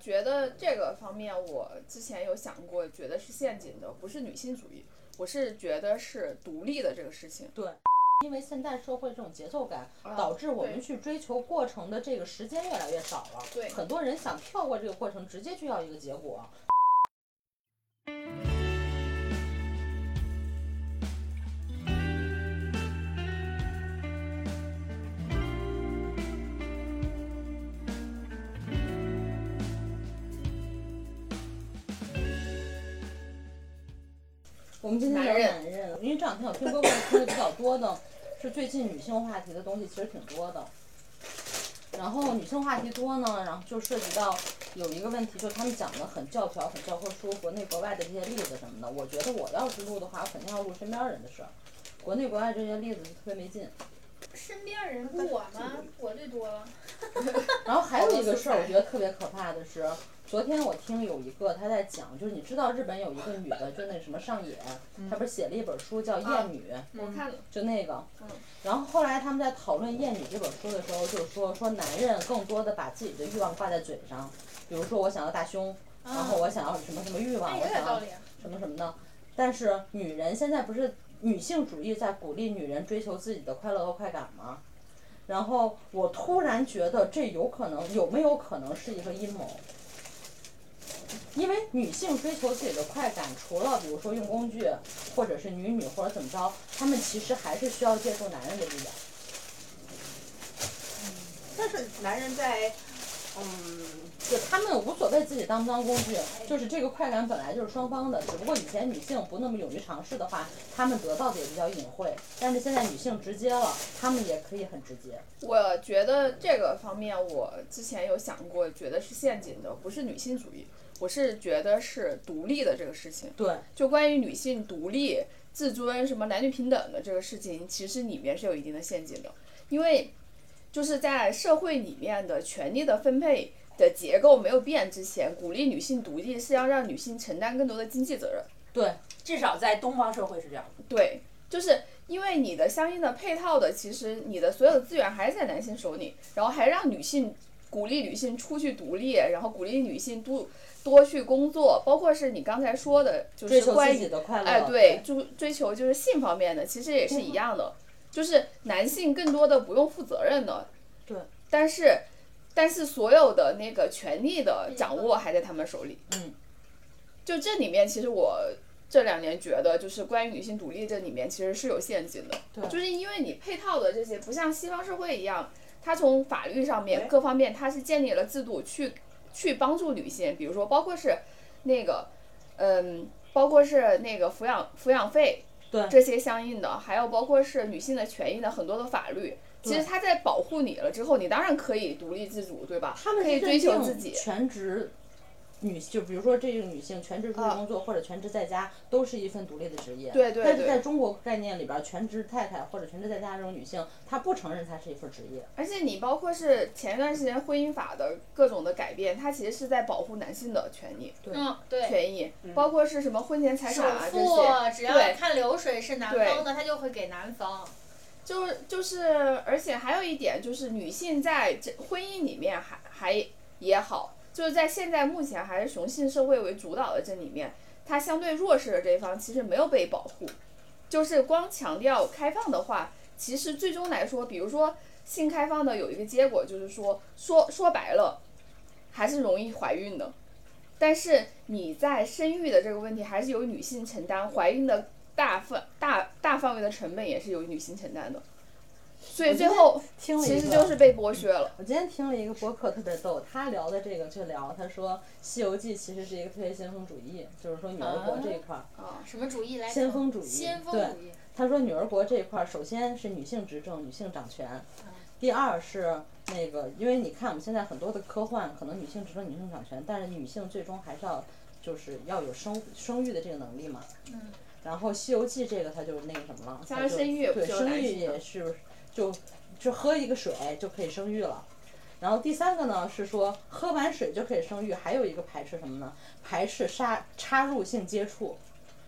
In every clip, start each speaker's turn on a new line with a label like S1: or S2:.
S1: 觉得这个方面，我之前有想过，觉得是陷阱的，不是女性主义，我是觉得是独立的这个事情。
S2: 对，因为现代社会这种节奏感，导致我们
S1: 啊对
S2: 去追求过程的这个时间越来越少了。
S1: 对
S2: 很多人想跳过这个过程，直接就要一个结果。我们今天聊
S1: 男人
S2: 男人，因为这两天我听播客听的比较多的，是最近女性话题的东西其实挺多的。然后女性话题多呢，然后就涉及到有一个问题，就是他们讲的很教条、很教科书，国内国外的这些例子什么的。我觉得我要是录的话，我肯定要录身边人的事儿，国内国外这些例子就特别没劲。
S3: 身边人不我吗？我最多了。
S2: 然后还有一个事儿，我觉得特别可怕的是，昨天我听有一个他在讲，就是你知道日本有一个女的，就那什么上野，她不是写了一本书叫《厌女》，
S1: 我看了，
S2: 就那个
S1: 嗯。
S2: 然后后来他们在讨论《厌女》这本书的时候，就说说男人更多的把自己的欲望挂在嘴上，比如说我想要大胸，然后我想要什么什么欲望，
S3: 哎，
S2: 我
S3: 啊有
S2: 想
S3: 点道
S2: 要
S3: 理啊。
S2: 什么什么的。但是女人现在不是女性主义在鼓励女人追求自己的快乐和快感吗？然后我突然觉得这有可能，有没有可能是一个阴谋？因为女性追求自己的快感，除了比如说用工具，或者是女女或者怎么着，她们其实还是需要借助男人的力量。
S4: 但是男人在，嗯，
S2: 就他们无所谓自己当不当工具，就是这个快感本来就是双方的，只不过以前女性不那么勇于尝试的话，她们得到的也比较隐晦，但是现在女性直接了，她们也可以很直接。
S1: 我觉得这个方面，我之前有想过，觉得是陷阱的，不是女性主义，我是觉得是独立的这个事情。
S2: 对，
S1: 就关于女性独立、自尊、什么男女平等的这个事情，其实里面是有一定的陷阱的，因为就是在社会里面的权力的分配的结构没有变之前，鼓励女性独立是要让女性承担更多的经济责任。
S4: 至少在东方社会是这样的。
S1: 对，就是因为你的相应的配套的，其实你的所有的资源还是在男性手里，然后还让女性鼓励女性出去独立，然后鼓励女性多多去工作，包括是你刚才说的，就
S2: 追
S1: 是
S2: 求
S1: 关
S2: 自
S1: 于
S2: 己的嗯快乐。
S1: 哎，对，，就追求就是性方面的，其实也是一样的，就是男性更多的不用负责任的，
S2: 对，
S1: 但是但是所有的那个权利的掌握还在他们手里，
S2: 嗯，
S1: 就这里面其实我这两年觉得，就是关于女性独立这里面其实是有陷阱的，
S2: 对
S1: 就是因为你配套的这些不像西方社会一样，它从法律上面
S2: 哎
S4: 对
S1: 各方面它是建立了制度去去帮助女性，比如说包括是那个嗯。包括是那个抚养抚养费，
S2: 对
S1: 这些相应的，还有包括是女性的权益的很多的法律，其实它在保护你了之后，你当然可以独立自主，对吧？
S2: 她们
S1: 可
S2: 是
S1: 以
S2: 认
S1: 追求
S2: 定
S1: 自己，
S2: 全职。女就比如说这个女性全职出去
S1: 啊
S2: 工作、或者全职在家，都是一份独立的职业。
S1: 对对
S2: 但是
S1: 对
S2: 在中国概念里边，全职太太或者全职在家这种女性，她不承认她是一份职业。
S1: 而且你包括是前一段时间婚姻法的各种的改变，它其实是在保护男性的权益、
S3: 嗯，对。
S1: 权益，包括是什么婚前财
S3: 首
S1: 产啊这
S3: 付
S1: 些，
S3: 只要
S1: 对
S3: 看流水是男
S1: 对
S3: 方的，他就会给男方。
S1: 就是就是，而且还有一点就是，女性在这婚姻里面还还也好，就是在现在目前还是雄性社会为主导的这里面，她相对弱势的这一方其实没有被保护，就是光强调开放的话，其实最终来说，比如说性开放的有一个结果就是说，说说白了，还是容易怀孕的。但是你在生育的这个问题，还是由女性承担，怀孕的大范大大范围的成本也是由女性承担的，所以最后
S2: 听了一
S1: 其实
S2: 个
S1: 就是被剥削了。
S2: 我今天听了一个播客特别逗，他聊的这个就聊，他说《西游记》其实是一个特别先锋主义，就是说女儿国这一块儿，
S3: 什么主义来着？
S2: 先锋主义
S3: 先锋
S2: 对
S3: 主义。
S2: 他说女儿国这一块儿，首先是女性执政、女性掌权，
S1: 嗯
S2: 第二是那个，因为你看我们现在很多的科幻，可能女性执政、女性掌权，但是女性最终还是要就是要有生生育的这个能力嘛。
S3: 嗯。
S2: 然后《西游记》这个它就是那个什么了，
S1: 加
S2: 它
S1: 上
S2: 就
S1: 生育也不
S2: 对
S1: 需要
S2: 生
S1: 担
S2: 育
S1: 心
S2: 也是就就喝一个水就可以生育了。然后第三个呢是说喝完水就可以生育，还有一个排斥什么呢？排斥杀插入性接触，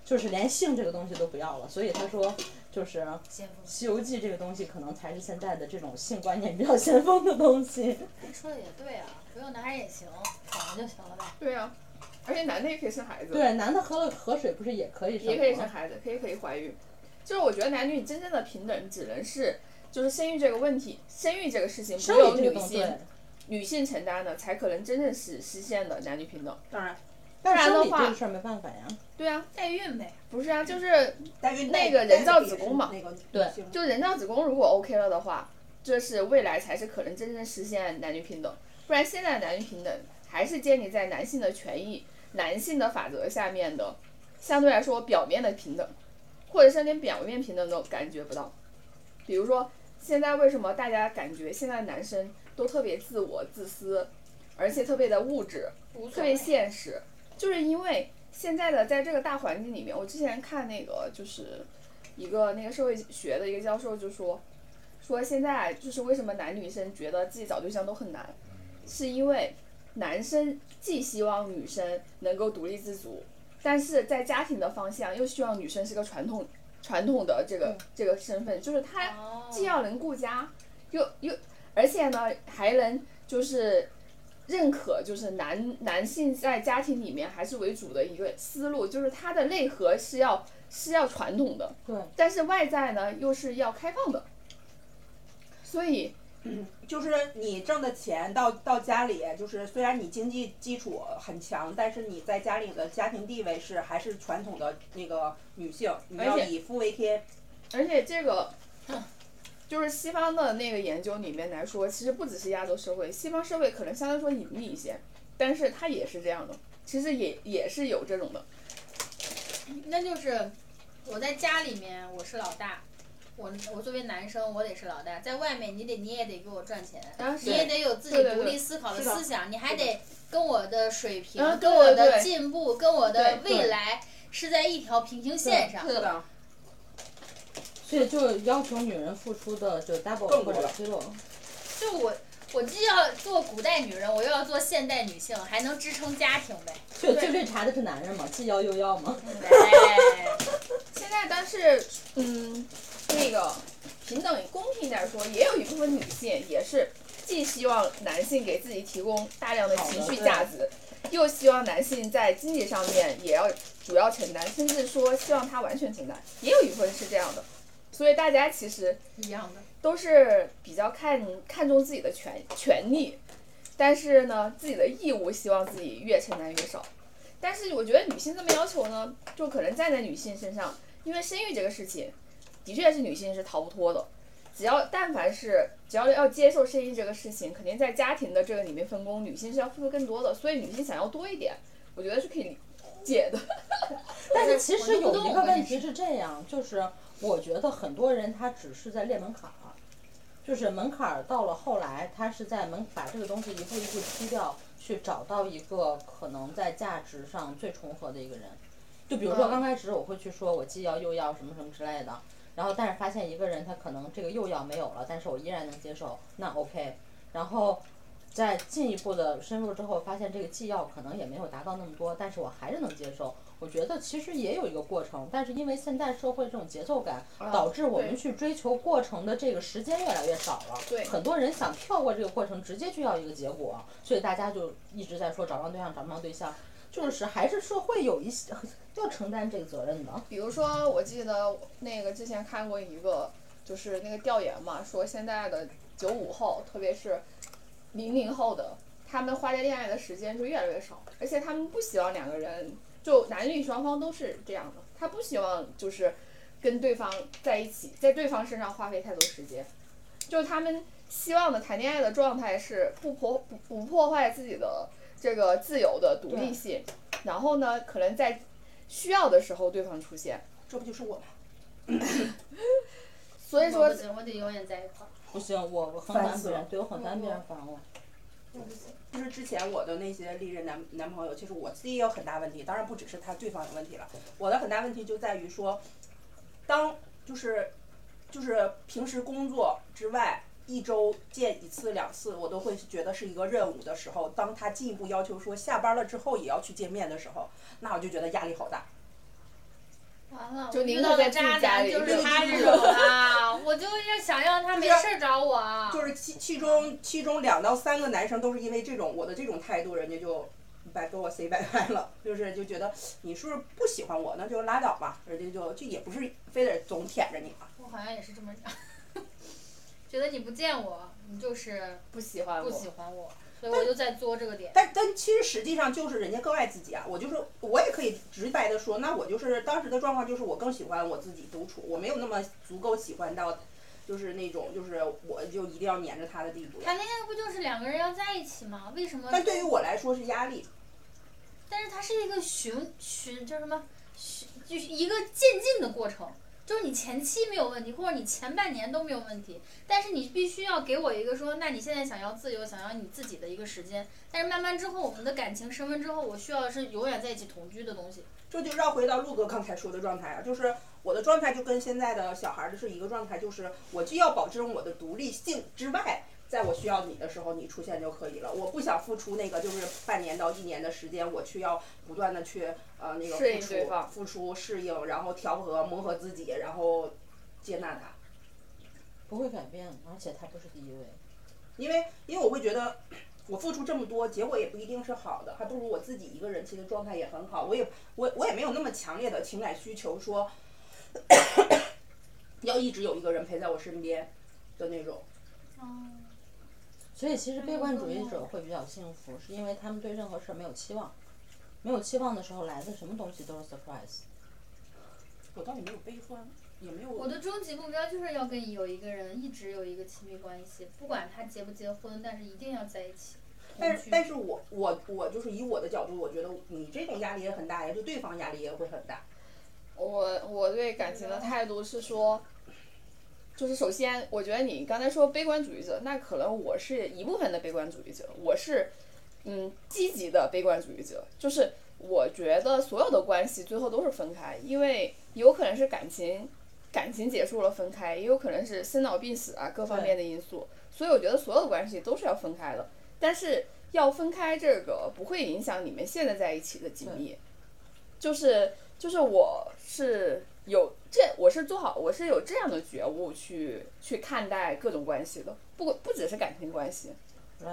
S2: 就是连性这个东西都不要了。所以他说，就是《
S5: 先锋
S2: 西游记》这个东西可能才是现在的这种性观念比较先锋的 东西。
S5: 说的也对啊，不用男人也行，爽了就行了呗。
S1: 对呀、而且男的也可以生孩子，，
S2: 对，男的喝了河水不是也可以生吗？
S1: 也可以生孩子，可以可以怀孕。就是我觉得男女真正的平等，只能是就是生育这个问题，生育这个事情不
S2: 生
S1: 由
S2: 理这个
S1: 女
S2: 东西
S1: 性，女性承担的，才可能真正实实现的男女平等。
S4: 当然，
S2: 但
S1: 不然
S2: 是
S1: 的
S2: 生理
S1: 话
S2: 这个事儿没办法呀。
S1: 对啊，
S3: 代孕呗，
S1: 不是啊，就是
S4: 代孕
S1: 那
S4: 代
S1: 个
S4: 代
S1: 人造
S4: 别
S1: 子
S4: 是
S1: 宫嘛
S4: 那个
S2: 对
S4: 行
S1: 就人造子宫如果 OK 了的话，这是未来才是可能真正实现男女平等。不然现在的男女平等还是建立在男性的权益、男性的法则下面的，相对来说表面的平等，或者是连表面平等都感觉不到。比如说，现在为什么大家感觉现在男生都特别自我、自私，而且特别的物质，
S3: 无所
S1: 特别
S3: 谓。
S1: 现实，就是因为现在的在这个大环境里面，我之前看那个就是一个那个社会学的一个教授就说，说现在就是为什么男女生觉得自己找对象都很难，是因为男生既希望女生能够独立自主，但是在家庭的方向又希望女生是个传统传统的这个、这个身份，就是他
S3: 哦
S1: 既要能顾家，又又而且呢还能就是认可就是男男性在家庭里面还是为主的一个思路，就是他的内核是要是要传统的，
S2: 对，
S1: 但是外在呢又是要开放的，所以
S4: 就是你挣的钱到到家里，就是虽然你经济基础很强，但是你在家里的家庭地位是还是传统的那个女性，你要
S1: 而且
S4: 以夫为天。
S1: 而且这个。就是西方的那个研究里面来说，其实不只是亚洲社会，西方社会可能相对说隐秘一些，但是它也是这样的，其实也也是有这种的。
S5: 那就是我在家里面我是老大，我我作为男生我得是老大，在外面你得你也得给我赚钱，
S1: 然后
S5: 你也得有自己
S1: 对对
S5: 独
S1: 对
S5: 立思考的
S4: 是的
S5: 思想，你还得跟我的水平、
S1: 啊对
S5: 跟我
S1: 对
S5: 的
S1: 对
S5: 进步、跟我的
S2: 对对
S5: 未来是在一条平行线上
S1: 是。的，
S4: 的，
S2: 所以就要求女人付出的就 double
S4: 更
S2: 或
S4: 多
S2: 者
S4: 了
S2: triple。
S5: 就我。我既要做古代女人，我又要做现代女性，还能支撑家庭呗。
S2: 对，最绿茶的是男人嘛，既要又要嘛。
S5: 哎，
S1: 现在，但是，嗯，那个平等公平点说，也有一部分女性也是既希望男性给自己提供大量的情绪价值，又希望男性在经济上面也要主要承担，甚至说希望他完全承担，也有一部分是这样的。所以大家其实
S5: 一样的。
S1: 都是比较看看重自己的权权利，但是呢，自己的义务希望自己越承担越少。但是我觉得女性这么要求呢，就可能站在女性身上，因为生育这个事情，的确是女性是逃不脱的。只要但凡是只要要接受生育这个事情，肯定在家庭的这个里面分工，女性是要付出更多的，所以女性想要多一点，我觉得是可以理解的。
S2: 但是其
S5: 我
S2: 实
S5: 弄不
S2: 有
S5: 懂
S2: 一个
S5: 我跟
S2: 问
S5: 你
S2: 题是这样，就是我觉得很多人他只是在列门槛儿，就是门槛儿到了后来，他是在门把这个东西一步一步踢掉，去找到一个可能在价值上最重合的一个人。就比如说
S1: 嗯
S2: 刚开始我会去说我既要又要什么什么之类的，然后但是发现一个人他可能这个又要没有了，但是我依然能接受，那 OK。然后在进一步的深入之后，发现这个既要可能也没有达到那么多，但是我还是能接受。我觉得其实也有一个过程，但是因为现代社会这种节奏感，导致我们
S1: 对
S2: 去追求过程的这个时间越来越少了。
S1: 对
S2: 很多人想跳过这个过程，直接就要一个结果，所以大家就一直在说找不着对象，找不着对象，就是还是社会有一些要承担这个责任的。
S1: 比如说，我记得那个之前看过一个，就是那个调研嘛，说现在的九五后，特别是零零后的，他们花在恋爱的时间是越来越少，而且他们不希望两个人就男女双方都是这样的，他不希望就是跟对方在一起，在对方身上花费太多时间，就他们希望的谈恋爱的状态是不破不不破坏自己的这个自由的独立性，然后呢，可能在需要的时候对方出现，
S4: 这不就是我吗？
S1: 所以说
S5: 我不行，我得永远在一块儿。
S2: 不行，我我很
S4: 烦
S2: 烦
S4: 死
S2: 别人
S4: 了，
S2: 对我嗯很烦别人烦我。
S3: 我不行，
S4: 就是之前我的那些历任男男朋友，其实我自己也有很大问题，当然不只是他对方有问题了。我的很大问题就在于说，当就是就是平时工作之外，一周见一次两次，我都会觉得是一个任务的时候，当他进一步要求说下班了之后也要去见面的时候，那我就觉得压力好大。
S3: 完了，
S1: 就
S3: 我
S1: 宁
S5: 遇
S1: 可
S5: 到
S1: 在
S5: 的
S1: 自己
S5: 渣
S1: 家
S5: 男
S1: 里
S5: 就是
S1: 对
S5: 他这种啊，我就是想让他没
S4: 就是
S5: 事儿找我啊。
S4: 就是其其中其中两到三个男生都是因为这种我的这种态度，人家就拜跟我 say 拜拜了，就是就觉得你是不是不喜欢我，那就拉倒吧，人家就就也不是非得总舔着你啊嘛。
S5: 我好像也是这么想，觉得你不见我，你就是
S1: 不喜欢
S5: 不
S1: 我，
S5: 喜欢我，所以我就在作这个点。
S4: 但但其实实际上就是人家更爱自己啊，我就是我也可以直白的说，那我就是当时的状况就是我更喜欢我自己独处，我没有那么足够喜欢到，就是那种就是我就一定要黏着他的地步。
S5: 谈恋爱不就是两个人要在一起吗？为什么？
S4: 但对于我来说是压力，
S5: 但是它是一个循循叫什么循，就是一个渐进的过程。就是你前期没有问题，或者你前半年都没有问题，但是你必须要给我一个说，那你现在想要自由，想要你自己的一个时间。但是慢慢之后，我们的感情升温之后，我需要的是永远在一起同居的东西。
S4: 这就绕回到陆哥刚才说的状态啊，就是我的状态就跟现在的小孩儿的是一个状态，就是我既要保证我的独立性之外，在我需要你的时候你出现就可以了，我不想付出那个就是半年到一年的时间，我去要不断的去呃那
S1: 适
S4: 个付
S1: 应对
S4: 出
S1: 方
S4: 付出适应，然后调和磨合自己，然后接纳他，
S2: 不会改变，而且他不是第一位。
S4: 因为因为我会觉得。我付出这么多，结果也不一定是好的，还不如我自己一个人，其实状态也很好。我也我我也没有那么强烈的情感需求说要一直有一个人陪在我身边的那种。
S3: 嗯，
S2: 所以其实悲观主义者会比较幸福，是因为他们对任何事儿没有期望，没有期望的时候来的什么东西都是 surprise。
S4: 我倒也没有悲欢，也没有
S5: 我的终极目标就是要跟有一个人一直有一个亲密关系，不管他结不结婚，但是一定要在一起。
S4: 但
S5: 同
S4: 是
S5: 居
S4: 但是我我我就是以我的角度，我觉得你这种压力也很大呀，就对方压力也会很大。
S1: 我我对感情的态度是说，就是首先，我觉得你刚才说悲观主义者，那可能我是一部分的悲观主义者，我是嗯积极的悲观主义者，就是我觉得所有的关系最后都是分开，因为有可能是感情感情结束了分开，也有可能是生老病死啊各方面的因素，所以我觉得所有的关系都是要分开的，但是要分开这个不会影响你们现在在一起的紧密，就是。就是我是有这，我是做好，我是有这样的觉悟去去看待各种关系的，不不只是感情关系，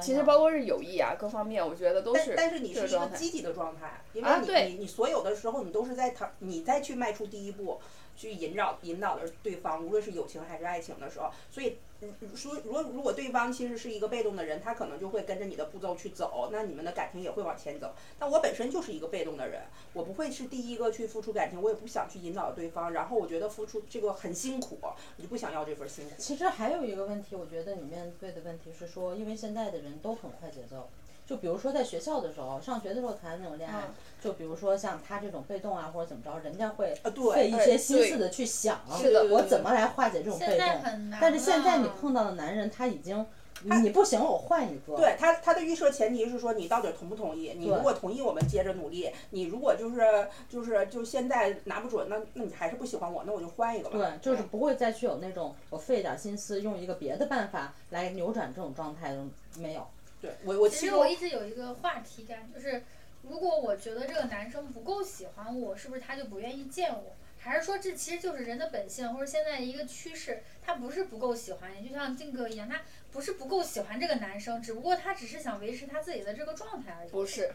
S1: 其实包括是友谊啊，各方面，我觉得都
S4: 但
S1: 是
S4: 但是你
S1: 这个
S4: 是一个
S1: 状态。
S4: 积极的状态，因为
S1: 啊
S4: 你、
S1: 对
S4: 你你所有的时候你都是在他你再去迈出第一步，去引导引导着对方，无论是友情还是爱情的时候，所以。嗯说，如果如果对方其实是一个被动的人，他可能就会跟着你的步骤去走，那你们的感情也会往前走。但我本身就是一个被动的人，我不会是第一个去付出感情，我也不想去引导对方。然后我觉得付出这个很辛苦，我就不想要这份辛苦。
S2: 其实还有一个问题，我觉得你面对的问题是说，因为现在的人都很快节奏，就比如说在学校的时候，上学的时候谈那种恋爱，
S1: 嗯
S2: 就比如说像他这种被动啊或者怎么着，人家会
S4: 啊，对
S2: 费一些心思的去想，
S1: 是的
S2: 我怎么来化解这种
S5: 现
S2: 被
S5: 在
S2: 动。
S5: 很难了。
S2: 但是现在你碰到的男人，他已经，你不行，我换一个。
S4: 对他他的预设前提是说你到底同不同意，你如果同意，我们接着努力；你如果就是就是就现在拿不准，那那你还是不喜欢我，那我就换一个吧。
S2: 对，就是不会再去有那种我费一点心思，用一个别的办法来扭转这种状态，没有。
S4: 对我我
S5: 其
S4: 其
S5: 实
S4: 实
S5: 我一直有一个话题感，就是如果我觉得这个男生不够喜欢我，是不是他就不愿意见我？还是说这其实就是人的本性，或者现在一个趋势，他不是不够喜欢你，就像靖哥一样，他不是不够喜欢这个男生，只不过他只是想维持他自己的这个状态而已。
S1: 不是，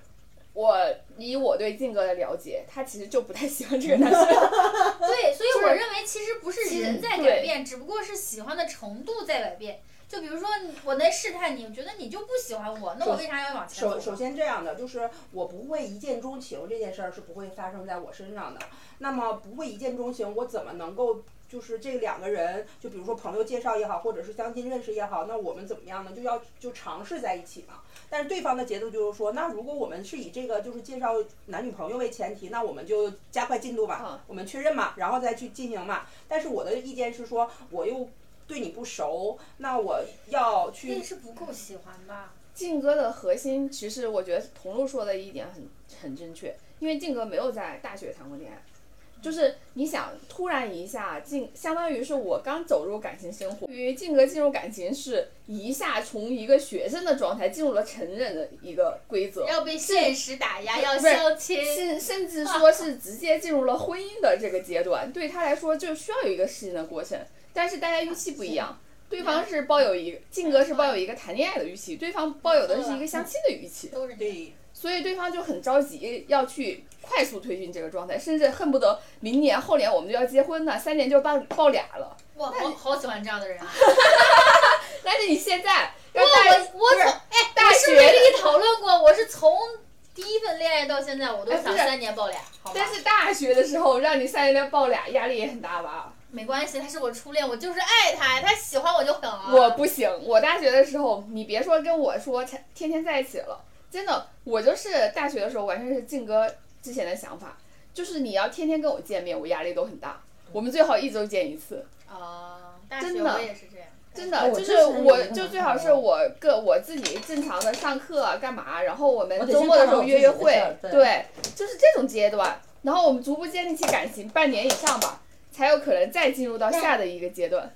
S1: 我以我对靖哥的了解，他其实就不太喜欢这个男 生。
S5: 对，所以
S1: 就是
S5: 我认为其实不是
S1: 其实
S5: 人在
S1: 对
S5: 改变，只不过是喜欢的程度在改变。就比如说，我能试探你，我觉得你就不喜欢我，那我为啥要往前
S4: 首
S5: 走？啊
S4: 首先这样的，就是我不会一见钟情这件事儿是不会发生在我身上的。那么不会一见钟情，我怎么能够就是这两个人，就比如说朋友介绍也好，或者是相亲认识也好，那我们怎么样呢？就要就尝试在一起嘛。但是对方的节奏就是说，那如果我们是以这个就是介绍男女朋友为前提，那我们就加快进度吧，
S1: 啊
S4: 我们确认嘛，然后再去进行嘛。但是我的意见是说，我又对你不熟，那我要去
S5: 那是不够喜欢吧？
S1: 靖哥的核心，其实我觉得同路说的一点很很正确，因为靖哥没有在大学谈过恋爱，就是你想突然一下进，相当于是我刚走入感情生活，于静哥进入感情是一下从一个学生的状态进入了成人的一个规则，
S5: 要被现实打压，要
S1: 不是
S5: 相亲。
S1: 甚甚至说是直接进入了婚姻的这个阶段，对他来说就需要有一个适应的过程。但是大家预期不一样，对方是抱有一个静哥是抱有一个谈恋爱的预期，对方抱有的是一个相亲的预期，
S5: 都是这样。
S4: 对，
S1: 所以对方就很着急要去快速推进这个状态，甚至恨不得明年后年我们就要结婚了，三年就抱抱俩了。
S5: 哇，我好喜欢这样的人啊！
S1: 但是你现在要
S5: 哇，
S1: 大
S5: 我我
S1: 不是
S5: 从哎，
S1: 大
S5: 我是
S1: 学
S5: 不是跟你讨论过？我是从第一份恋爱到现在，我都
S1: 哎不
S5: 想
S1: 是
S5: 三年抱俩，好吧？
S1: 但是大学的时候让你三年抱俩，压力也很大吧？
S5: 没关系，他是我初恋，我就是爱他，他喜欢我就狠啊。
S1: 我不行，我大学的时候，你别说跟我说天天天在一起了，真的，我就是大学的时候完全是静哥之前的想法，就是你要天天跟我见面，我压力都很大。我们最好一周见一次，
S5: 啊，大
S1: 真
S5: 学
S1: 的
S5: 我也是这样，
S1: 真
S2: 哎
S1: 的
S2: 我
S1: 就
S2: 之
S1: 是
S2: 前有一
S1: 我
S2: 个
S1: 就
S2: 男
S1: 最好
S2: 朋
S1: 是
S2: 友
S1: 我个我自己正常的上课啊干嘛，然后我
S2: 我
S1: 们
S2: 得
S1: 周
S2: 先
S1: 末的
S2: 干
S1: 时
S2: 好
S1: 候
S2: 自
S1: 约
S2: 己
S1: 约
S2: 的
S1: 会
S2: 事儿，对
S1: 对，就是这种阶段。然后我们逐步建立起感情，半年以上吧，才有可能再进入到下的一个阶段。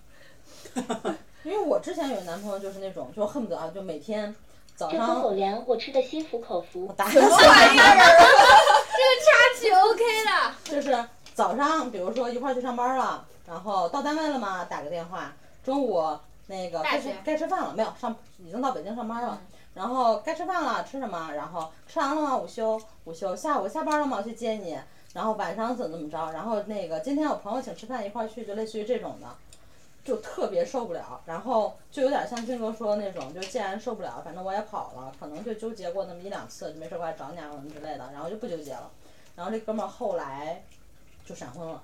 S2: 因为我之前有男朋友就是那种，就恨不得啊，就每天早
S6: 这可
S2: 上
S6: 口粮我吃的心服口服。
S2: 打
S1: 什么玩意儿啊？
S5: 大学 OK 了。
S2: 就是早上，比如说一块儿去上班了，然后到单位了嘛，打个电话。中午那个
S5: 大
S2: 该吃
S5: 学嗯
S2: 该吃饭了没有？上已经到北京上班了，然后该吃饭了，吃什么？然后吃完了吗？午休，午休。下午下班了吗？去接你。然后晚上怎么怎么着？然后那个今天有朋友请吃饭，一块儿去，就类似于这种的。就特别受不了，然后就有点像俊哥说的那种，就既然受不了，反正我也跑了，可能就纠结过那么一两次，就没事过来找你啊什么之类的，然后就不纠结了。然后这哥们儿后来就闪婚了，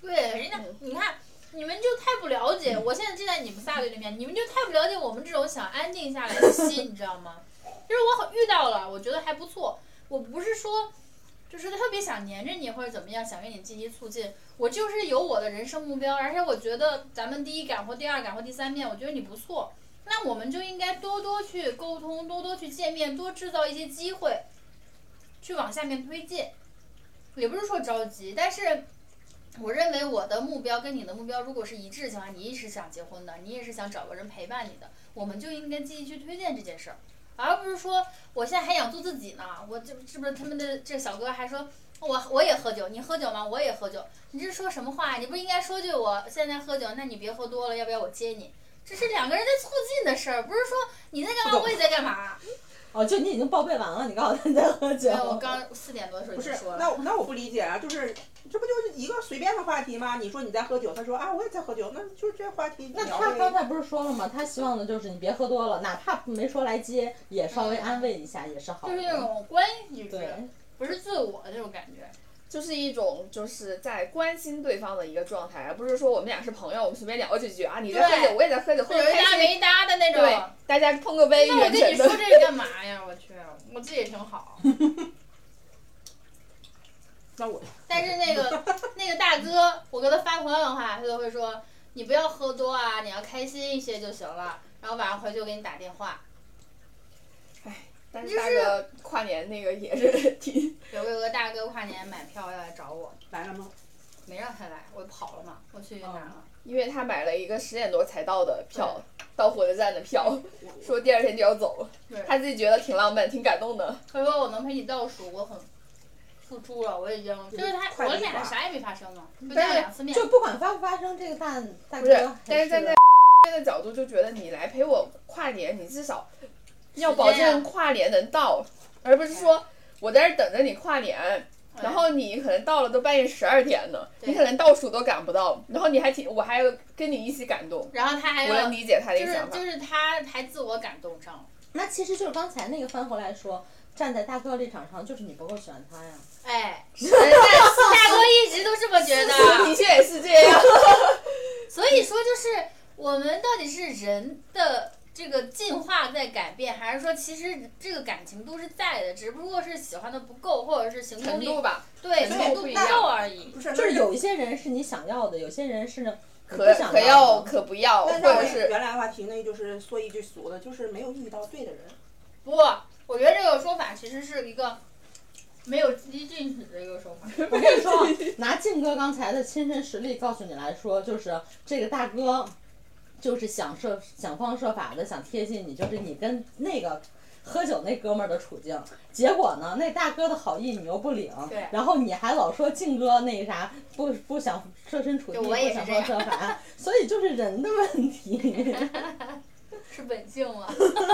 S5: 对，人家你看，你们就太不了解，我现在站在你们仨对立面，你们就太不了解我们这种想安定下来的心，你知道吗？就是我好遇到了，我觉得还不错，我不是说。就是特别想黏着你或者怎么样，想跟你积极促进。我就是有我的人生目标，而且我觉得咱们第一感或第二感或第三面，我觉得你不错，那我们就应该多多去沟通，多多去见面，多制造一些机会，去往下面推进。也不是说着急，但是我认为我的目标跟你的目标如果是一致的情况下，你也是想结婚的，你也是想找个人陪伴你的，我们就应该积极去推荐这件事儿，而不是说我现在还想做自己呢。我这是不是他们的这小哥还说我我也喝酒，你喝酒吗？我也喝酒，你这说什么话呀？你不应该说句我现在喝酒，那你别喝多了，要不要我接你？这是两个人在促进的事儿，不是说你在干嘛，我也在干嘛。
S2: 哦，就你已经报备完了，你告诉他你在喝酒
S5: 对，，我刚四点多的时候
S4: 不
S5: 就是说，
S4: 那
S5: 了，
S4: 我那我不理解啊，就是这不就是一个随便的话题吗？你说你在喝酒，他说啊我也在喝酒，那就是这话题
S2: 那
S4: 聊
S2: 他刚
S4: 呗。
S2: 才不是说了吗？他希望的就是你别喝多了，哪怕没说来接，也稍微安慰一下，也是好
S5: 就是那
S2: 的。
S5: 种关系制，
S2: 对，
S5: 不是自我的那种感觉。
S1: 就是一种就是在关心对方的一个状态，而不是说我们俩是朋友，我们随便聊几句啊，你在喝酒，我也在喝酒，喝
S5: 有
S1: 酒
S5: 一
S1: 开
S5: 搭
S1: 心，
S5: 没一搭的那种。
S1: 对，大家碰个杯，
S5: 那我
S1: 远
S5: 跟你
S1: 程
S5: 说
S1: 的。
S5: 这个干嘛呀？我去，我自己也挺好。
S4: 那我
S5: 但是那 个那个大哥，我给他发朋友的话，他就会说你不要喝多啊，你要开心一些就行了。然后晚上回去我给你打电话。
S1: 哎但是大哥跨年那个也是 挺，
S5: 有个有个大哥跨年买票要来找我，
S4: 来了吗？
S5: 没让他来，我跑了嘛，我去云南了。
S1: 因为他买了一个十点多才到的票，到火车站的票，说第二天就要走
S5: 对，
S1: 他自己觉得挺浪漫，挺感动的。
S5: 他说我能陪你倒数，我很付出了，我已经就是他
S4: 快
S5: 我
S4: 递吧
S5: 俩啥也没发生嘛，就
S1: 但
S5: 见
S1: 是
S5: 了两次面。
S2: 就不管发不发生，这个大大
S1: 不
S2: 哥
S1: 是
S2: 还，
S1: 但是站在的角度就觉得你来陪我跨年，你至少要保
S5: 时间啊
S1: 证跨年能到，而不是说我在这儿等着你跨年，
S5: 对
S1: 然后你可能到了都半夜十二点了，
S5: 对
S1: 你可能倒数都赶不到，然后你还挺，我还要跟你一起感动，
S5: 然后他还
S1: 我
S5: 要
S1: 能理解他的
S5: 哎就
S1: 想
S5: 是
S1: 法。
S5: 就是他还自我感动上了。
S2: 那其实就是刚才那个翻回来说，站在大哥立场上，就是你不够喜欢他呀。
S5: 哎，是大哥一直都这么觉得，啊
S1: 的确也 是这 样，
S5: 所以说就是我们到底是人的这个进化在改变，还是说其实这个感情都是在的，只不过是喜欢的不够，或者是行动
S1: 程
S5: 力
S1: 度吧，
S5: 对
S1: 程度
S5: 程度
S1: 不一
S5: 不
S1: 样
S5: 够而已。
S4: 不是，
S2: 就是
S4: 那
S2: 有一些人是你想要的，有些人是你不
S1: 可
S2: 想
S1: 可要
S2: 要的。
S1: 可不要，
S4: 那
S1: 或
S4: 让我
S1: 者
S4: 也
S1: 是
S4: 原来的话题呢，就是说一句俗的，就是没有遇到对的人。
S5: 不，我觉得这个说法其实是一个没有激进取这个说法。
S2: 我跟你说，拿靖哥刚才的亲身实力告诉你来说，就是这个大哥，就是想设想方设法的想贴近你，就是你跟那个喝酒那哥们儿的处境。结果呢，那大哥的好意你又不领
S1: 对，
S2: 然后你还老说靖哥那个啥不不想设身处地，
S5: 对
S2: 不
S5: 我也是
S2: 想
S5: 这
S2: 方
S5: 样
S2: 设法， 所以就是人的问题。
S5: 是本性吗？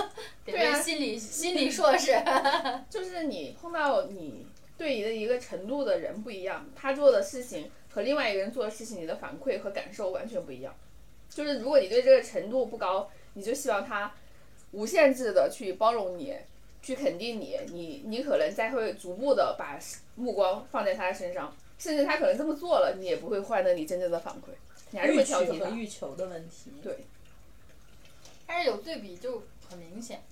S5: 得
S1: 对啊
S5: 被心理心理硕士。
S1: 就是你碰到你对你的一个程度的人不一样，他做的事情和另外一个人做的事情，你的反馈和感受完全不一样。就是如果你对这个程度不高，你就希望他无限制的去包容你，去肯定你，你你可能才会逐步的把目光放在他的身上，甚至他可能这么做了，你也不会换得你真正的反馈，你还是
S2: 欲
S1: 会
S2: 取
S1: 挑剔
S2: 和
S1: 他。
S2: 欲求的问题。
S1: 对
S5: 但是有对比就很明显。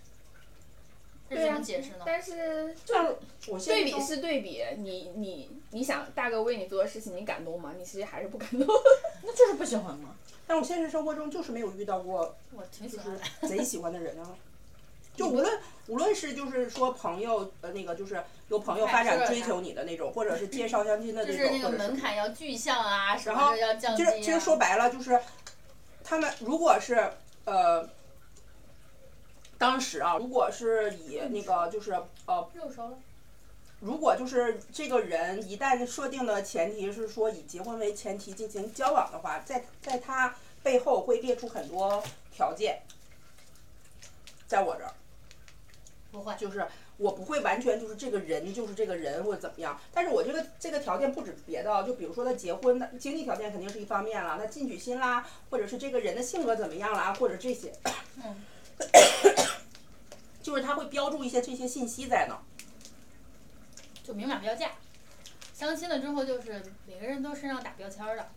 S5: 这
S1: 对
S5: 怎
S1: 啊
S5: 么解释呢？
S1: 但是
S4: 就是我现在
S1: 对比
S4: 都
S1: 是对比，你你你想大哥为你做的事情，你感动吗？你其实还是不感动。
S2: 那就是不喜欢嘛。
S4: 但我现实生活中就是没有遇到过
S5: 我挺
S4: 就
S5: 喜
S4: 是
S5: 欢的。
S4: 贼喜欢的人啊。就无论无论是就是说朋友呃那个就是有朋友发展追求你的那种，或者是介绍相亲的
S5: 就
S4: 那
S5: 是
S4: 种，
S5: 那
S4: 或
S5: 个
S4: 者
S5: 门
S4: 是
S5: 槛要具象啊，什
S4: 然
S5: 么
S4: 后
S5: 的要降低、
S4: 其
S5: 啊。
S4: 实其实说白了就是，他们如果是呃，当时啊，如果是以那个就是呃，
S5: 肉熟了，
S4: 如果就是这个人一旦设定的前提是说以结婚为前提进行交往的话，在在他背后会列出很多条件，在我这儿。
S5: 不会。
S4: 就是我不会完全就是这个人就是这个人或者怎么样，但是我这个这个条件不止别的哦，就比如说他结婚的经济条件肯定是一方面啦，他进取心啦，或者是这个人的性格怎么样啦，或者这些，
S5: 嗯
S4: 就是他会标注一些这些信息在那儿。
S5: 就明码标价。相亲了之后，就是每个人都身上打标签儿的，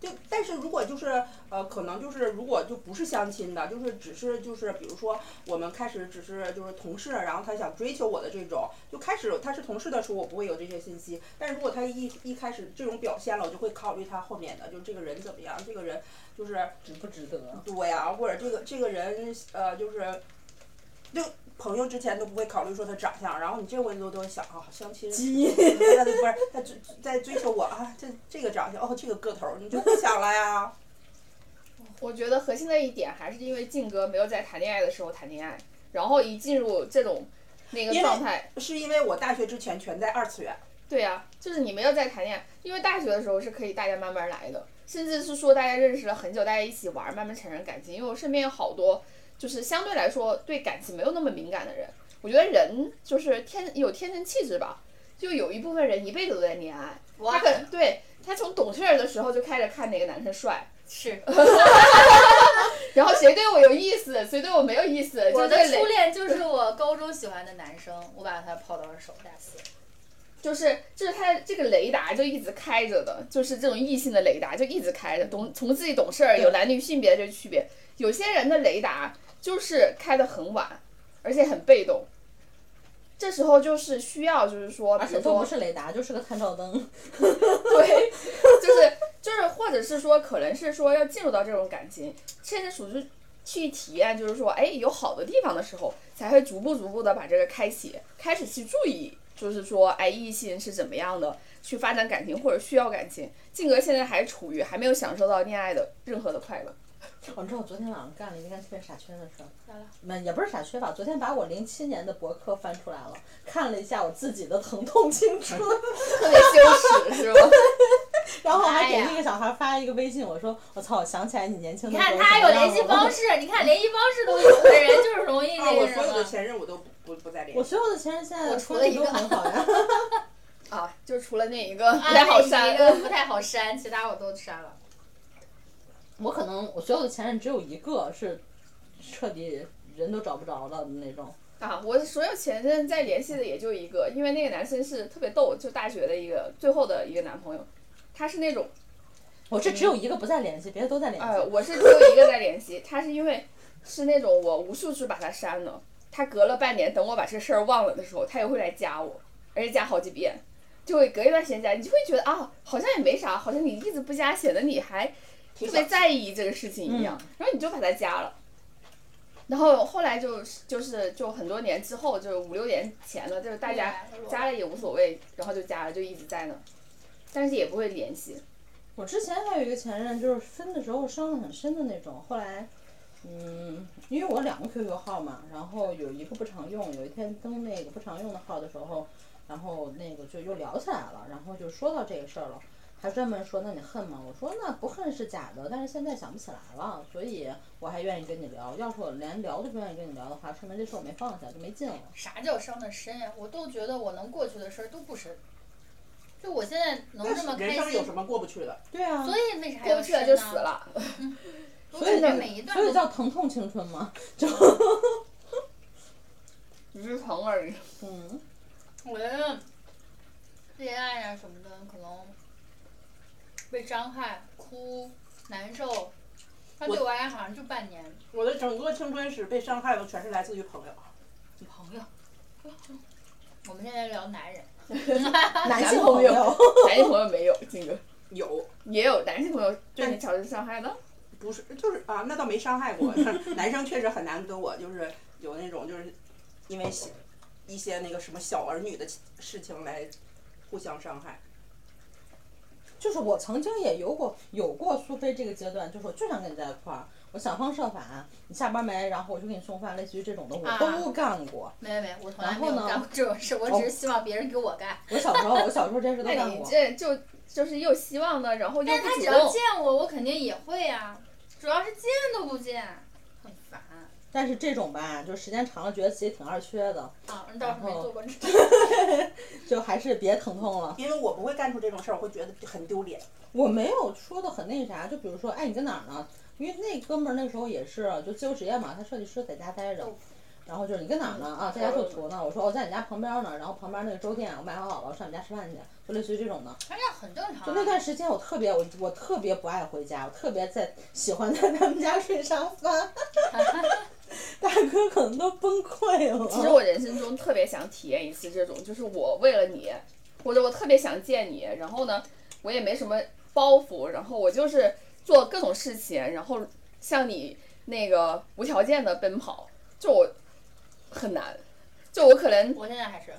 S4: 就但是如果就是呃，可能就是如果就不是相亲的，就是只是就是比如说我们开始只是就是同事，然后他想追求我的这种，就开始他是同事的时候，我不会有这些信息。但是如果他一一开始这种表现了，我就会考虑他后面的，就是这个人怎么样，这个人就是
S2: 值不值得？
S4: 对呀、或者这个这个人呃就是。就朋友之前都不会考虑说他长相，然后你这回都都想啊，相亲
S2: 基因
S4: 他不是他追在追求我啊，这这个长相哦，这个个头儿，你就不想了呀。
S1: 我觉得核心的一点还是因为靖哥没有在谈恋爱的时候谈恋爱，然后一进入这种那个
S4: 因为
S1: 状态，
S4: 是因为我大学之前全在二次元，
S1: 对啊，就是你没有在谈恋爱，因为大学的时候是可以大家慢慢来的，甚至是说大家认识了很久，大家一起玩，慢慢产生感情。因为我身边有好多就是相对来说对感情没有那么敏感的人，我觉得人就是天有天生气质吧，就有一部分人一辈子都在恋爱，他
S5: 哇
S1: 可能对他从懂事儿的时候就开始看哪个男生帅。
S5: 是
S1: 然后谁对我有意思，谁对我没有意思，
S5: 我
S1: 就
S5: 的
S1: 对
S5: 初
S1: 垒，
S5: 恋就是我高中喜欢的男生，我把他泡到了首大四。
S1: 就是就是他这个雷达就一直开着的，就是这种异性的雷达就一直开着，懂从自己懂事儿，有男女性别这区别，有些人的雷达就是开的很晚，而且很被动，这时候就是需要就是说，
S2: 而
S1: 比
S2: 且
S1: 如
S2: 都
S1: 说
S2: 不是雷达，就是个探照灯。
S1: 对，就是就是，或者是说，可能是说要进入到这种感情，甚至属于去体验，就是说，哎，有好的地方的时候，才会逐步逐步的把这个开启，开始去注意，就是说，哎，异性是怎么样的，去发展感情或者需要感情。静哥现在还处于还没有享受到恋爱的任何的快乐，
S2: 我哦知道我昨天晚上干了一件特别傻缺的事儿
S5: 咋了，
S2: 那也不是傻缺吧？昨天把我零七年的博客翻出来了，看了一下我自己的疼痛青 春，
S1: 特别羞耻，是吧？
S2: 然后还
S5: 哎
S2: 给
S5: 呀
S2: 那个小孩发一个微信，我说我操，我想起来你年轻
S5: 你
S2: 的时候。
S5: 看他有联系方。式，你看联系方式都有的人就是容易
S4: 啊，
S5: 那
S4: 我
S5: 个
S4: 所有的
S5: 什么。
S4: 前任我都不不不再联
S2: 我
S4: 系。
S2: 所有的前任现在
S5: 我
S2: 的
S5: 除
S2: 关
S5: 了
S2: 系
S5: 一
S2: 都
S5: 个
S2: 很好呀。
S1: 啊，就除了那一个不
S5: 啊，
S1: 太好
S5: 那
S1: 删
S5: 一，个不太好删，其他我都删了。
S2: 我可能我所有的前任只有一个是彻底人都找不着了的那种。
S1: 啊，我所有前任在联系的也就一个，因为那个男生是特别逗，就大学的一个最后的一个男朋友，他是那种，
S2: 我这只
S5: 嗯
S2: 有一个不再联系，别的都在联系。
S1: 呃，我是只有一个在联系，他是因为是那种我无数次把他删了，他隔了半年，等我把这事儿忘了的时候，他又会来加我，而且加好几遍，就会隔一段时间加，你就会觉得啊，好像也没啥，好像你一直不加，显得你还特别在意这个事情一样，然后你就把他加了。然后后来就是就是就很多年之后，就是五六年前了，就是大家
S5: 啊
S1: 加了也无所谓，然后就加了，就一直在那，但是也不会联系。
S2: 我之前还有一个前任，就是分的时候伤得很深的那种。后来，嗯，因为我两个 QQ 号嘛，然后有一个不常用，有一天登那个不常用的号的时候，然后那个就又聊起来了，然后就说到这个事儿了，还专门说那你恨吗？我说那不恨是假的，但是现在想不起来了，所以我还愿意跟你聊。要是我连聊都不愿意跟你聊的话，说明这事儿我没放下，就没劲了。
S5: 啥叫伤的深呀、我都觉得我能过去的事儿都不深，就我现在能
S4: 但
S5: 这
S4: 是
S5: 么
S4: 人
S5: 开
S4: 生有
S5: 心，
S4: 什么过不去的？
S2: 对啊，
S5: 所以为啥
S1: 过
S5: 要
S1: 不去了
S5: 深
S1: 就
S5: 呢
S1: 死？了，
S5: 我
S2: 所以
S5: 感
S2: 叫
S5: 觉每一段
S2: 所以
S5: 都
S2: 叫疼痛青春嘛，就
S1: 只是疼而已。
S2: 嗯，
S5: 我觉得恋爱呀、什么的，可能被伤害、哭、难受，但对我来讲好像就半年。
S4: 我的整个青春史被伤害的全是来自于朋友。
S5: 女朋友，我们现在聊男人，
S2: 男
S1: 男
S2: 性
S1: 朋
S2: 朋
S1: 友
S2: 友。
S1: 男性朋友没有，金哥
S4: 有，
S1: 也有男性朋友对你产生伤害的，
S4: 不是就是啊，那倒没伤害过。 男生确实很难跟我就是有那种就是因为小一些那个什么小儿女的事情来互相伤害。
S2: 就是我曾经也有过有过苏菲这个阶段，就是我就想跟你在一块儿，我想方设法，你下班没，然后我就给你送饭，类似于这种的，我
S5: 啊
S2: 都干过。
S5: 没有没有，我从来
S2: 然
S5: 没
S2: 后
S5: 有
S2: 呢
S5: 干过这种事，我只是希望别人给我干。
S2: 我小时候，我小时候这些事都
S1: 那
S2: 干
S1: 你
S2: 过。
S1: 这就就是又希望呢，然后又
S5: 但
S1: 不
S5: 他
S1: 主
S5: 只要
S1: 动。
S5: 见我，我肯定也会呀、主要是见都不见，很烦。
S2: 但是这种吧，就时间长了，觉得自己挺二缺的，
S5: 啊，倒是没做过这种。
S2: 就还是别疼痛了。
S4: 因为我不会干出这种事儿，我会觉得很丢脸。
S2: 我没有说的很那啥，就比如说，哎，你在哪儿呢？因为那哥们儿那时候也是就自由职业嘛，他设计师在家待着，然后就是你在哪儿呢？啊，在家做图呢。我说我在你家旁边呢，然后旁边那个粥店我买好了，我上你家吃饭去，就类似于这种的。
S5: 反正很正常
S2: 就
S5: 啊。
S2: 那段时间，我特别我我特别不爱回家，我特别在喜欢在他们家睡沙发， 大哥可能都崩溃了。
S1: 其实我人生中特别想体验一次这种，就是我为了你，或者我特别想见你，然后呢，我也没什么包袱，然后我就是做各种事情，然后向你那个无条件的奔跑，就我很难，就我可能
S5: 我现在还是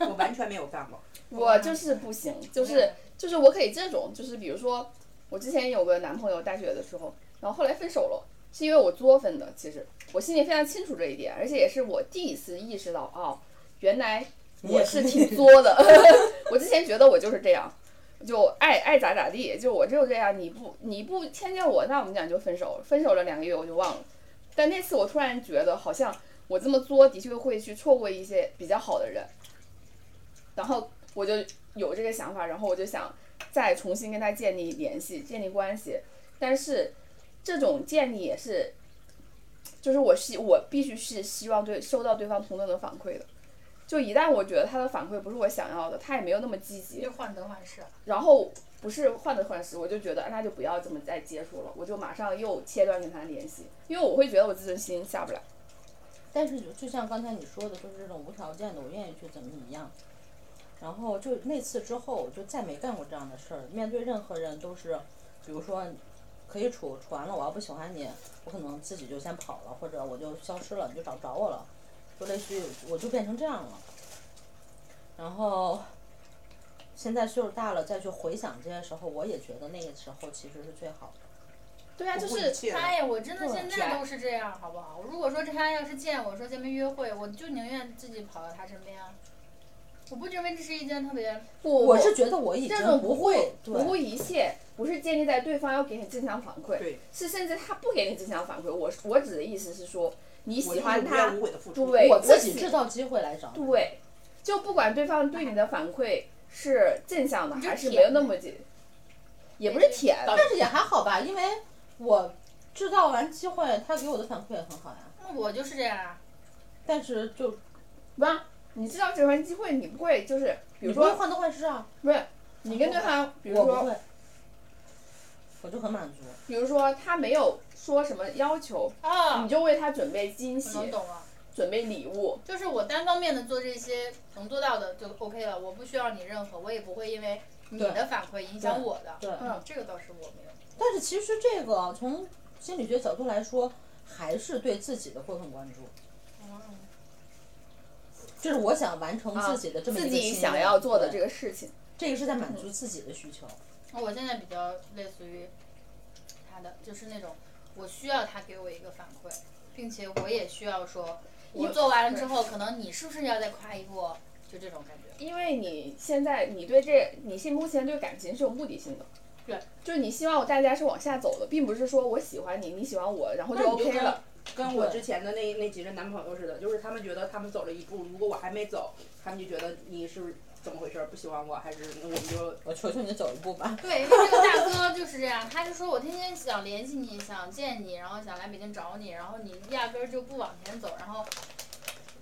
S4: 我完全没有干 过。
S1: 我就是不行，就是就是我可以这种，就是比如说我之前有个男朋友，大学的时候，然后后来分手了，是因为我作分的。其实我心里非常清楚这一点，而且也是我第一次意识到，哦，原来我是挺作的。 我之前觉得我就是这样，就爱爱咋咋地，就我就这样，你不你不迁就我，那我们俩就分手。分手了两个月我就忘了，但那次我突然觉得好像。我这么作的确会去错过一些比较好的人，然后我就有这个想法，然后我就想再重新跟他建立联系、建立关系。但是这种建立也是，就是我希我必须是希望对收到对方同等的反馈的。就一旦我觉得他的反馈不是我想要的，他也没有那么积极
S5: 就，患得患失啊了。
S1: 然后不是患得患失，我就觉得那就不要这么再接触了，我就马上又切断跟他联系，因为我会觉得我自尊心下不来。
S2: 但是就就像刚才你说的，就是这种无条件的，我愿意去怎么怎么样。然后就那次之后，我就再没干过这样的事儿。面对任何人都是，比如说可以处处完了，我要不喜欢你，我可能自己就先跑了，或者我就消失了，你就找不着我了，就类似于我就变成这样了。然后现在岁数大了，再去回想这些时候，我也觉得那个时候其实是最好的。
S1: 对啊，就
S4: 不顾一
S1: 是
S4: 切的
S5: 哎呀，我真的
S2: 对
S5: 现在都是这样，好不好？如果说这他要是见我说咱们约会，我就宁愿自己跑到他身边啊。我不认为这是一件特别
S1: 不
S2: 我是觉得我已
S1: 这
S2: 经
S1: 种
S2: 不
S1: 不
S2: 会
S1: 不顾
S2: 对
S1: 一切，不是建立在对方要给你正向反馈，
S4: 对，
S1: 是甚至他不给你正向反馈。我我指的意思是说，你
S4: 我
S1: 喜
S4: 就是
S1: 欢
S4: 无
S1: 他
S4: 怨，无悔的付出。
S1: 对
S2: 我自己
S1: 我
S2: 制造机会来找你。
S1: 对，就不管对方对你的反馈是正向的
S5: 你就
S1: 还是没
S5: 舔
S1: 有那么紧，也不是舔，
S2: 但是也还好吧，因为我制造完机会，他给我的反馈也很好呀。
S5: 那我就是这样啊。
S2: 但是就
S1: 不是，你知道这番机会，你不会就是，比
S2: 你
S1: 如
S2: 不会
S1: 说
S2: 患得患失啊，
S1: 不是，你跟对方，比如
S2: 我不
S1: 说
S2: 会，我就很满足。
S1: 比如说他没有说什么要求，你
S2: 啊
S5: 哦，
S1: 就为他准备惊
S5: 我
S1: 喜，
S5: 能懂了，啊
S1: 准备礼物，
S5: 就是我单方面的做这些能做到的就 OK 了，我不需要你任何，我也不会因为你的反馈影响我的。
S2: 对，
S5: 嗯，这个倒是我没有。
S2: 但是其实这个从心理学角度来说，还是对自己的过分关注。
S5: 嗯
S2: 这是我想完成自己的这么一
S1: 啊自
S2: 个
S1: 己
S2: 心愿
S1: 想要做的
S2: 对
S1: 这个事情。
S2: 这个是在满足自己的需求。
S5: 我现在比较类似于他的，就是那种我需要他给我一个反馈，并且我也需要说，我做完了之后，可能你是不是要再夸一步哦，就这种感觉。
S1: 因为你现在你对这，你现目前对感情是有目的性的，
S5: 对，
S1: 就是你希望大家是往下走的，并不是说我喜欢你，你喜欢我，然后就
S4: 那你就
S1: OK
S4: 跟
S1: 了。
S4: 跟我
S2: 对
S4: 之前的那那几任男朋友似的，就是他们觉得他们走了一步，如果我还没走，他们就觉得你是怎么回事儿，不喜欢我，还是那我们就
S2: 我求求你走一步吧。
S5: 对，因为这个大哥就是这样，他就说我天天想联系你，想见你，然后想来北京找你，然后你压根儿就不往前走，然后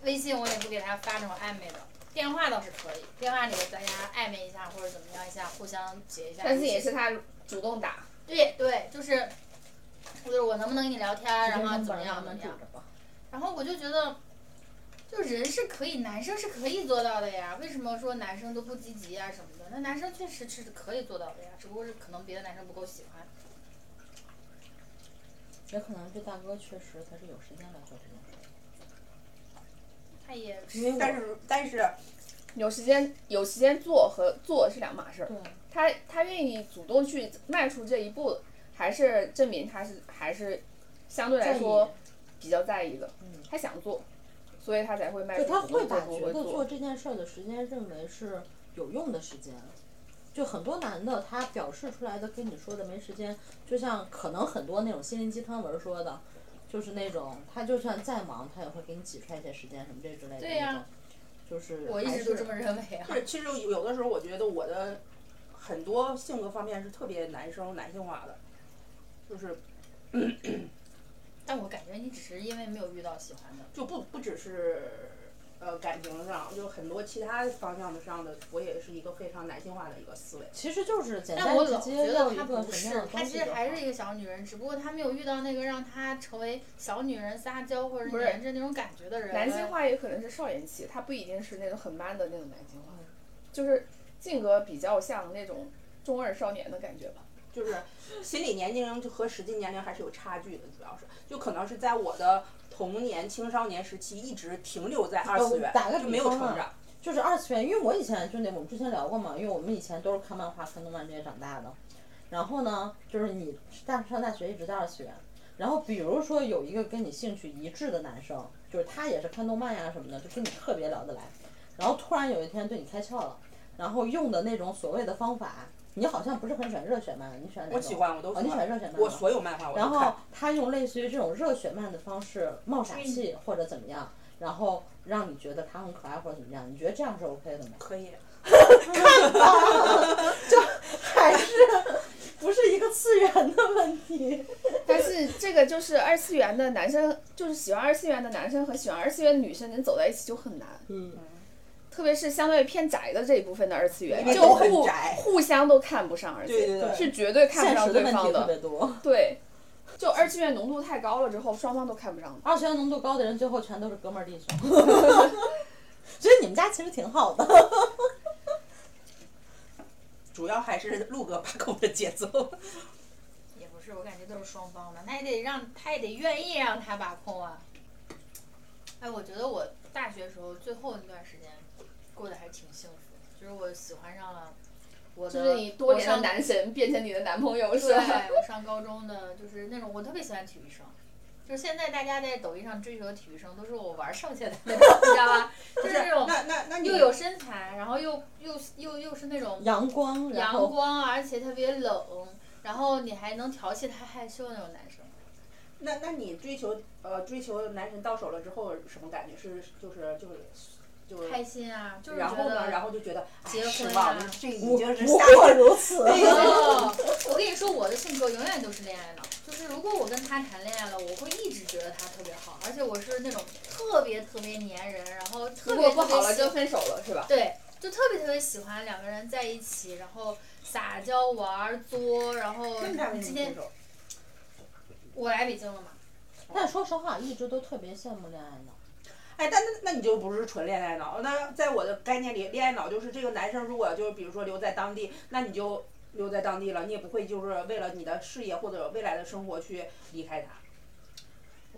S5: 微信我也不给他发那种暧昧的，电话倒是可以，电话里大家暧昧一下或者怎么样一下，互相解一下。
S1: 但是也是他主动打，
S5: 对对，就是就是我能不能跟你聊天，
S2: 时间
S5: 嗯然后
S2: 成
S5: 怎
S2: 本
S5: 么
S2: 儿
S5: 样
S2: 慢慢
S5: 怎么
S2: 煮
S5: 样，
S2: 着吧。
S5: 然后我就觉得，就人是可以，男生是可以做到的呀。为什么说男生都不积极啊什么的？那男生确实是可以做到的呀，只不过是可能别的男生不够喜欢。
S2: 也可能这大哥确实他是有时间来做这件事儿，
S5: 他也
S2: 因为我
S4: 但是但是
S1: 有时间有时间做和做是两码事儿。
S2: 对
S1: 他他愿意主动去迈出这一步，还是证明他是还是相对来说比较在意的，
S2: 嗯
S1: 他想做，所以他才会迈
S2: 就
S1: 出
S2: 哎他
S1: 主
S2: 会
S1: 动
S2: 把
S1: 做会
S2: 觉得做
S1: 做。
S2: 这件事儿的时间认为是有用的时间。就很多男的，他表示出来的跟你说的没时间，就像可能很多那种心灵鸡汤文说的，就是那种他就算再忙，他也会给你挤出来一些时间什么这之类的
S5: 对
S2: 那
S5: 呀
S2: 种。就是
S5: 我一
S2: 还
S5: 直都
S2: 是
S5: 这么认为啊
S4: 就。是其实有有的时候我觉得我的很多性格方面是特别男生男性化的，就是
S5: 但我感觉你只是因为没有遇到喜欢的。
S4: 就不不只是呃感情上，就很多其他方向的上的，我也是一个非常男性化的一个思维。
S2: 其实就是简
S5: 但
S2: 单
S5: 我
S2: 直
S5: 老
S2: 接
S5: 觉
S2: 要
S5: 得
S2: 一
S5: 她
S2: 个
S5: 不
S2: 什么样的，
S5: 是
S2: 东
S5: 她
S2: 西
S5: 其
S2: 就
S5: 实还
S2: 好
S5: 是一个小女人，只不过她没有遇到那个让她成为小女人撒娇或者
S1: 不是
S5: 黏着那种感觉的人。
S1: 男性化也可能是少年期，他不一定是那种很 man 的那种男性化，就是性格比较像那种中二少年的感觉吧。
S4: 就是心理年龄就和实际年龄还是有差距的，主要是就可能是在我的童年、青少年时期一直停留在二次元
S2: 哦打个，
S4: 就
S2: 比
S4: 没有
S2: 方
S4: 成
S2: 啊
S4: 长。
S2: 就是二次元，因为我以前就那我们之前聊过嘛，因为我们以前都是看漫画、看动漫这些长大的。然后呢，就是你大上大学一直在二次元，然后比如说有一个跟你兴趣一致的男生，就是他也是看动漫呀什么的，就跟你特别聊得来。然后突然有一天对你开窍了，然后用的那种所谓的方法，你好像不是很喜欢热血漫，你喜欢哪种？
S4: 我喜欢，我都
S2: 哦
S4: 喜
S2: 你喜欢
S4: 欢，
S2: 热血漫吗？
S4: 我所有漫画我
S2: 然
S4: 都
S2: 后
S4: 看。？
S2: 他用类似于这种热血漫的方式冒
S1: 嗯
S2: 傻气或者怎么样，然后让你觉得他很可爱或者怎么样，你觉得这样是 OK 的吗
S4: 可以，
S2: 还是不是一个次元的问题？
S1: 但是这个就是二次元的男生，就是喜欢二次元的男生和喜欢二次元的女生能走在一起就很难。
S2: 嗯，
S1: 特别是相对偏宅的这一部分的二次元，
S4: 因为
S1: 就
S4: 都很
S1: 互
S4: 宅
S1: 互相都看不上，而
S4: 对
S1: 且
S4: 对对，
S1: 是绝对看
S2: 现
S1: 不上
S2: 实的
S1: 对
S2: 问
S1: 方
S2: 题特
S1: 的。
S2: 别 多。
S1: 对，就二次元浓度太高了之后，双方都看不上的。
S2: 二次元浓度高的人，最后全都是哥们儿弟 兄。所以你们家其实挺好的，
S4: 主要还是陆哥把控的节奏。
S5: 也不是，我感觉都是双方的，他也得让他也得愿意让他把控啊。哎，我觉得我大学时候最后那段时间过得还挺幸福的，就是我喜欢上了我的，
S1: 就是你多年
S5: 我
S1: 的
S5: 上
S1: 男神变成你的男朋友是吧？
S5: 对，我上高中的就是那种我特别喜欢体育生，就是现在大家在抖音上追求的体育生都是我玩剩下的那种，你知道吧？就是那种
S4: 那那那你
S5: 又有身材，然后又又又又是那种
S2: 阳光，然
S5: 阳
S2: 后
S5: 光，而且特别冷，然后你还能调戏他害羞的那种男生。
S4: 那那你追求呃追求男神到手了之后什么感觉？是就是就是就是，
S5: 开心啊，就是
S4: 然后
S5: 觉
S4: 呢？
S5: 得
S4: 然后就觉得哎
S5: 结婚
S4: 失
S5: 啊
S4: 望，就是这已
S2: 不
S4: 经是
S2: 不
S4: 下
S2: 过
S4: 个
S2: 如 此。
S5: 哦，我跟你说，我的性格永远都是恋爱脑，就是如果我跟他谈恋爱了，我会一直觉得他特别好，而且我是那种特别特别粘人，然后特
S1: 如
S5: 别
S1: 果
S5: 特别
S1: 不好了
S5: 喜
S1: 就分手了是吧？
S5: 对，就特别特别喜欢两个人在一起，然后撒娇玩儿作，然后
S4: 那你俩为什
S5: 今
S4: 么分
S5: 天
S4: 手？
S5: 我来北京了嘛，
S2: 但说实话，一直都特别羡慕恋爱脑。
S4: 哎，但那那你就不是纯恋爱脑。那在我的概念里，恋爱脑就是这个男生如果就是比如说留在当地，那你就留在当地了，你也不会就是为了你的事业或者未来的生活去离开他。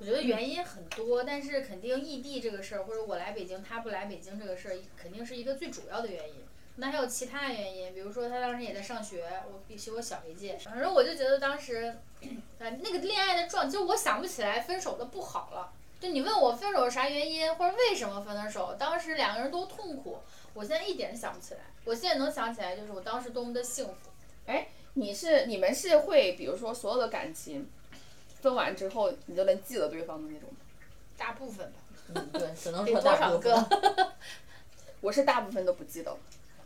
S5: 我觉得原因很多，但是肯定异地这个事儿，或者我来北京，他不来北京这个事儿，肯定是一个最主要的原因。那还有其他原因，比如说他当时也在上学，我比比我小一届，反正我就觉得当时，呃，那个恋爱的状，就我想不起来分手的不好了。就你问我分手是啥原因，或者为什么分的手，当时两个人多痛苦，我现在一点都想不起来。我现在能想起来就是我当时多么的幸福。
S1: 你是你们是会，比如说所有的感情分完之后，你就能记得对方的那种吗？
S5: 大部分 吧，
S2: 嗯，对，只能
S5: 得
S2: 说
S5: 多
S2: 大
S5: 少
S2: 部
S5: 个
S2: 分。？
S1: 我是大部分都不记得了，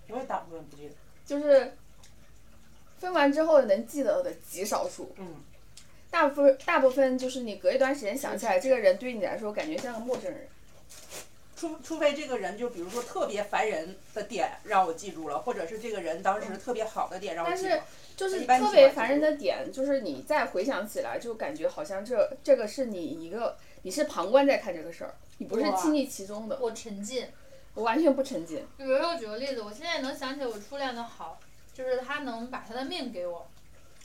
S4: 我也大部分不记得。
S1: 就是分完之后能记得的极少数。
S4: 嗯，
S1: 大部分大部分就是你隔一段时间想起来，这个人对你来说感觉像个陌生人。
S4: 除除非这个人就比如说特别烦人的点让我记住了，或者是这个人当时特别好的点让我记住了。
S1: 就是
S4: 一般
S1: 特
S4: 情
S1: 别
S4: 况
S1: 烦
S4: 下
S1: 人的点，就是你再回想起来，就感觉好像这这个是你一个，你是旁观在看这个事儿，你不是
S4: 哇
S1: 亲历其中的，
S5: 我沉浸。
S1: 我完全不沉浸。
S5: 就比如说，我举个例子，我现在能想起我初恋的好，就是他能把他的命给我。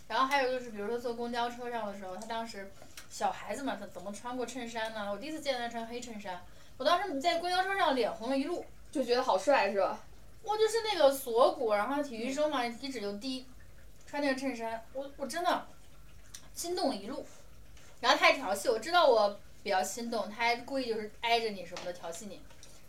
S5: 然后还有就是，比如说坐公交车上的时候，他当时小孩子嘛，他怎么穿过衬衫呢？我第一次见他穿黑衬衫，我当时在公交车上脸红了一路。
S1: 就觉得好帅是吧？
S5: 我就是那个锁骨，然后体育生嘛，体脂又低，穿那个衬衫，我我真的心动了一路。然后他还调戏我，知道我比较心动，他还故意就是挨着你什么的调戏你。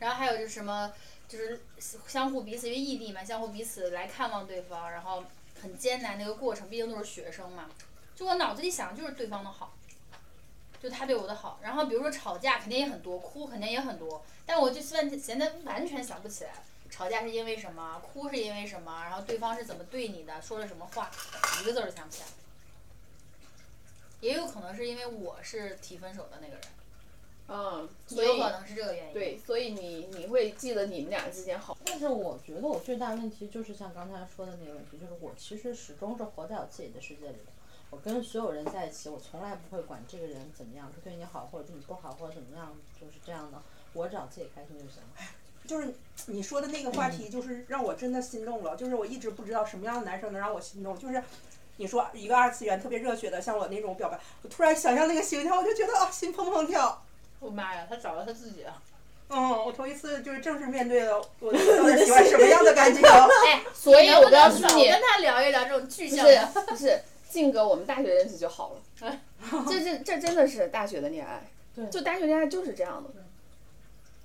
S5: 然后还有就是什么，就是相互彼此因为异地嘛，相互彼此来看望对方，然后很艰难的一个过程，毕竟都是学生嘛。就我脑子里想就是对方的好，就他对我的好。然后比如说吵架肯定也很多，哭肯定也很多，但我就现在现在完全想不起来。吵架是因为什么，哭是因为什么，然后对方是怎么对你的，说了什么话，一个字儿都想不起来。也有可能是因为我是提分手的那个人，
S1: 嗯，所
S5: 也有
S1: 以
S5: 可能是这个原因。
S1: 对，所以你你会记得你们俩之间好，
S2: 但是我觉得我最大问题就是像刚才说的那个问题，就是我其实始终是活在我自己的世界里的。我跟所有人在一起，我从来不会管这个人怎么样，他对你好或者对你不好或者怎么样，就是这样的。我只要自己开心就行了。
S4: 就是你说的那个
S1: 嗯
S4: 话题，就是让我真的心动了。就是我一直不知道什么样的男生能让我心动，就是。你说一个二次元特别热血的，像我那种表白，我突然想象那个形象，我就觉得啊，心砰砰跳。
S5: 我妈呀，他找到他自己
S1: 啊
S5: 了。
S4: 嗯，我头一次就是正式面对了 我到底喜欢什么样的感情。
S5: 哎，
S1: 所以
S5: 能
S1: 我
S5: 不能
S1: 告诉
S5: 少
S1: 你
S5: 跟他聊一聊这种具
S1: 不是
S5: 象的。
S1: 不是，静哥，我们大学认识就好了。这这这真的是大学的恋爱，
S2: 对
S1: 就大学恋爱就是这样的。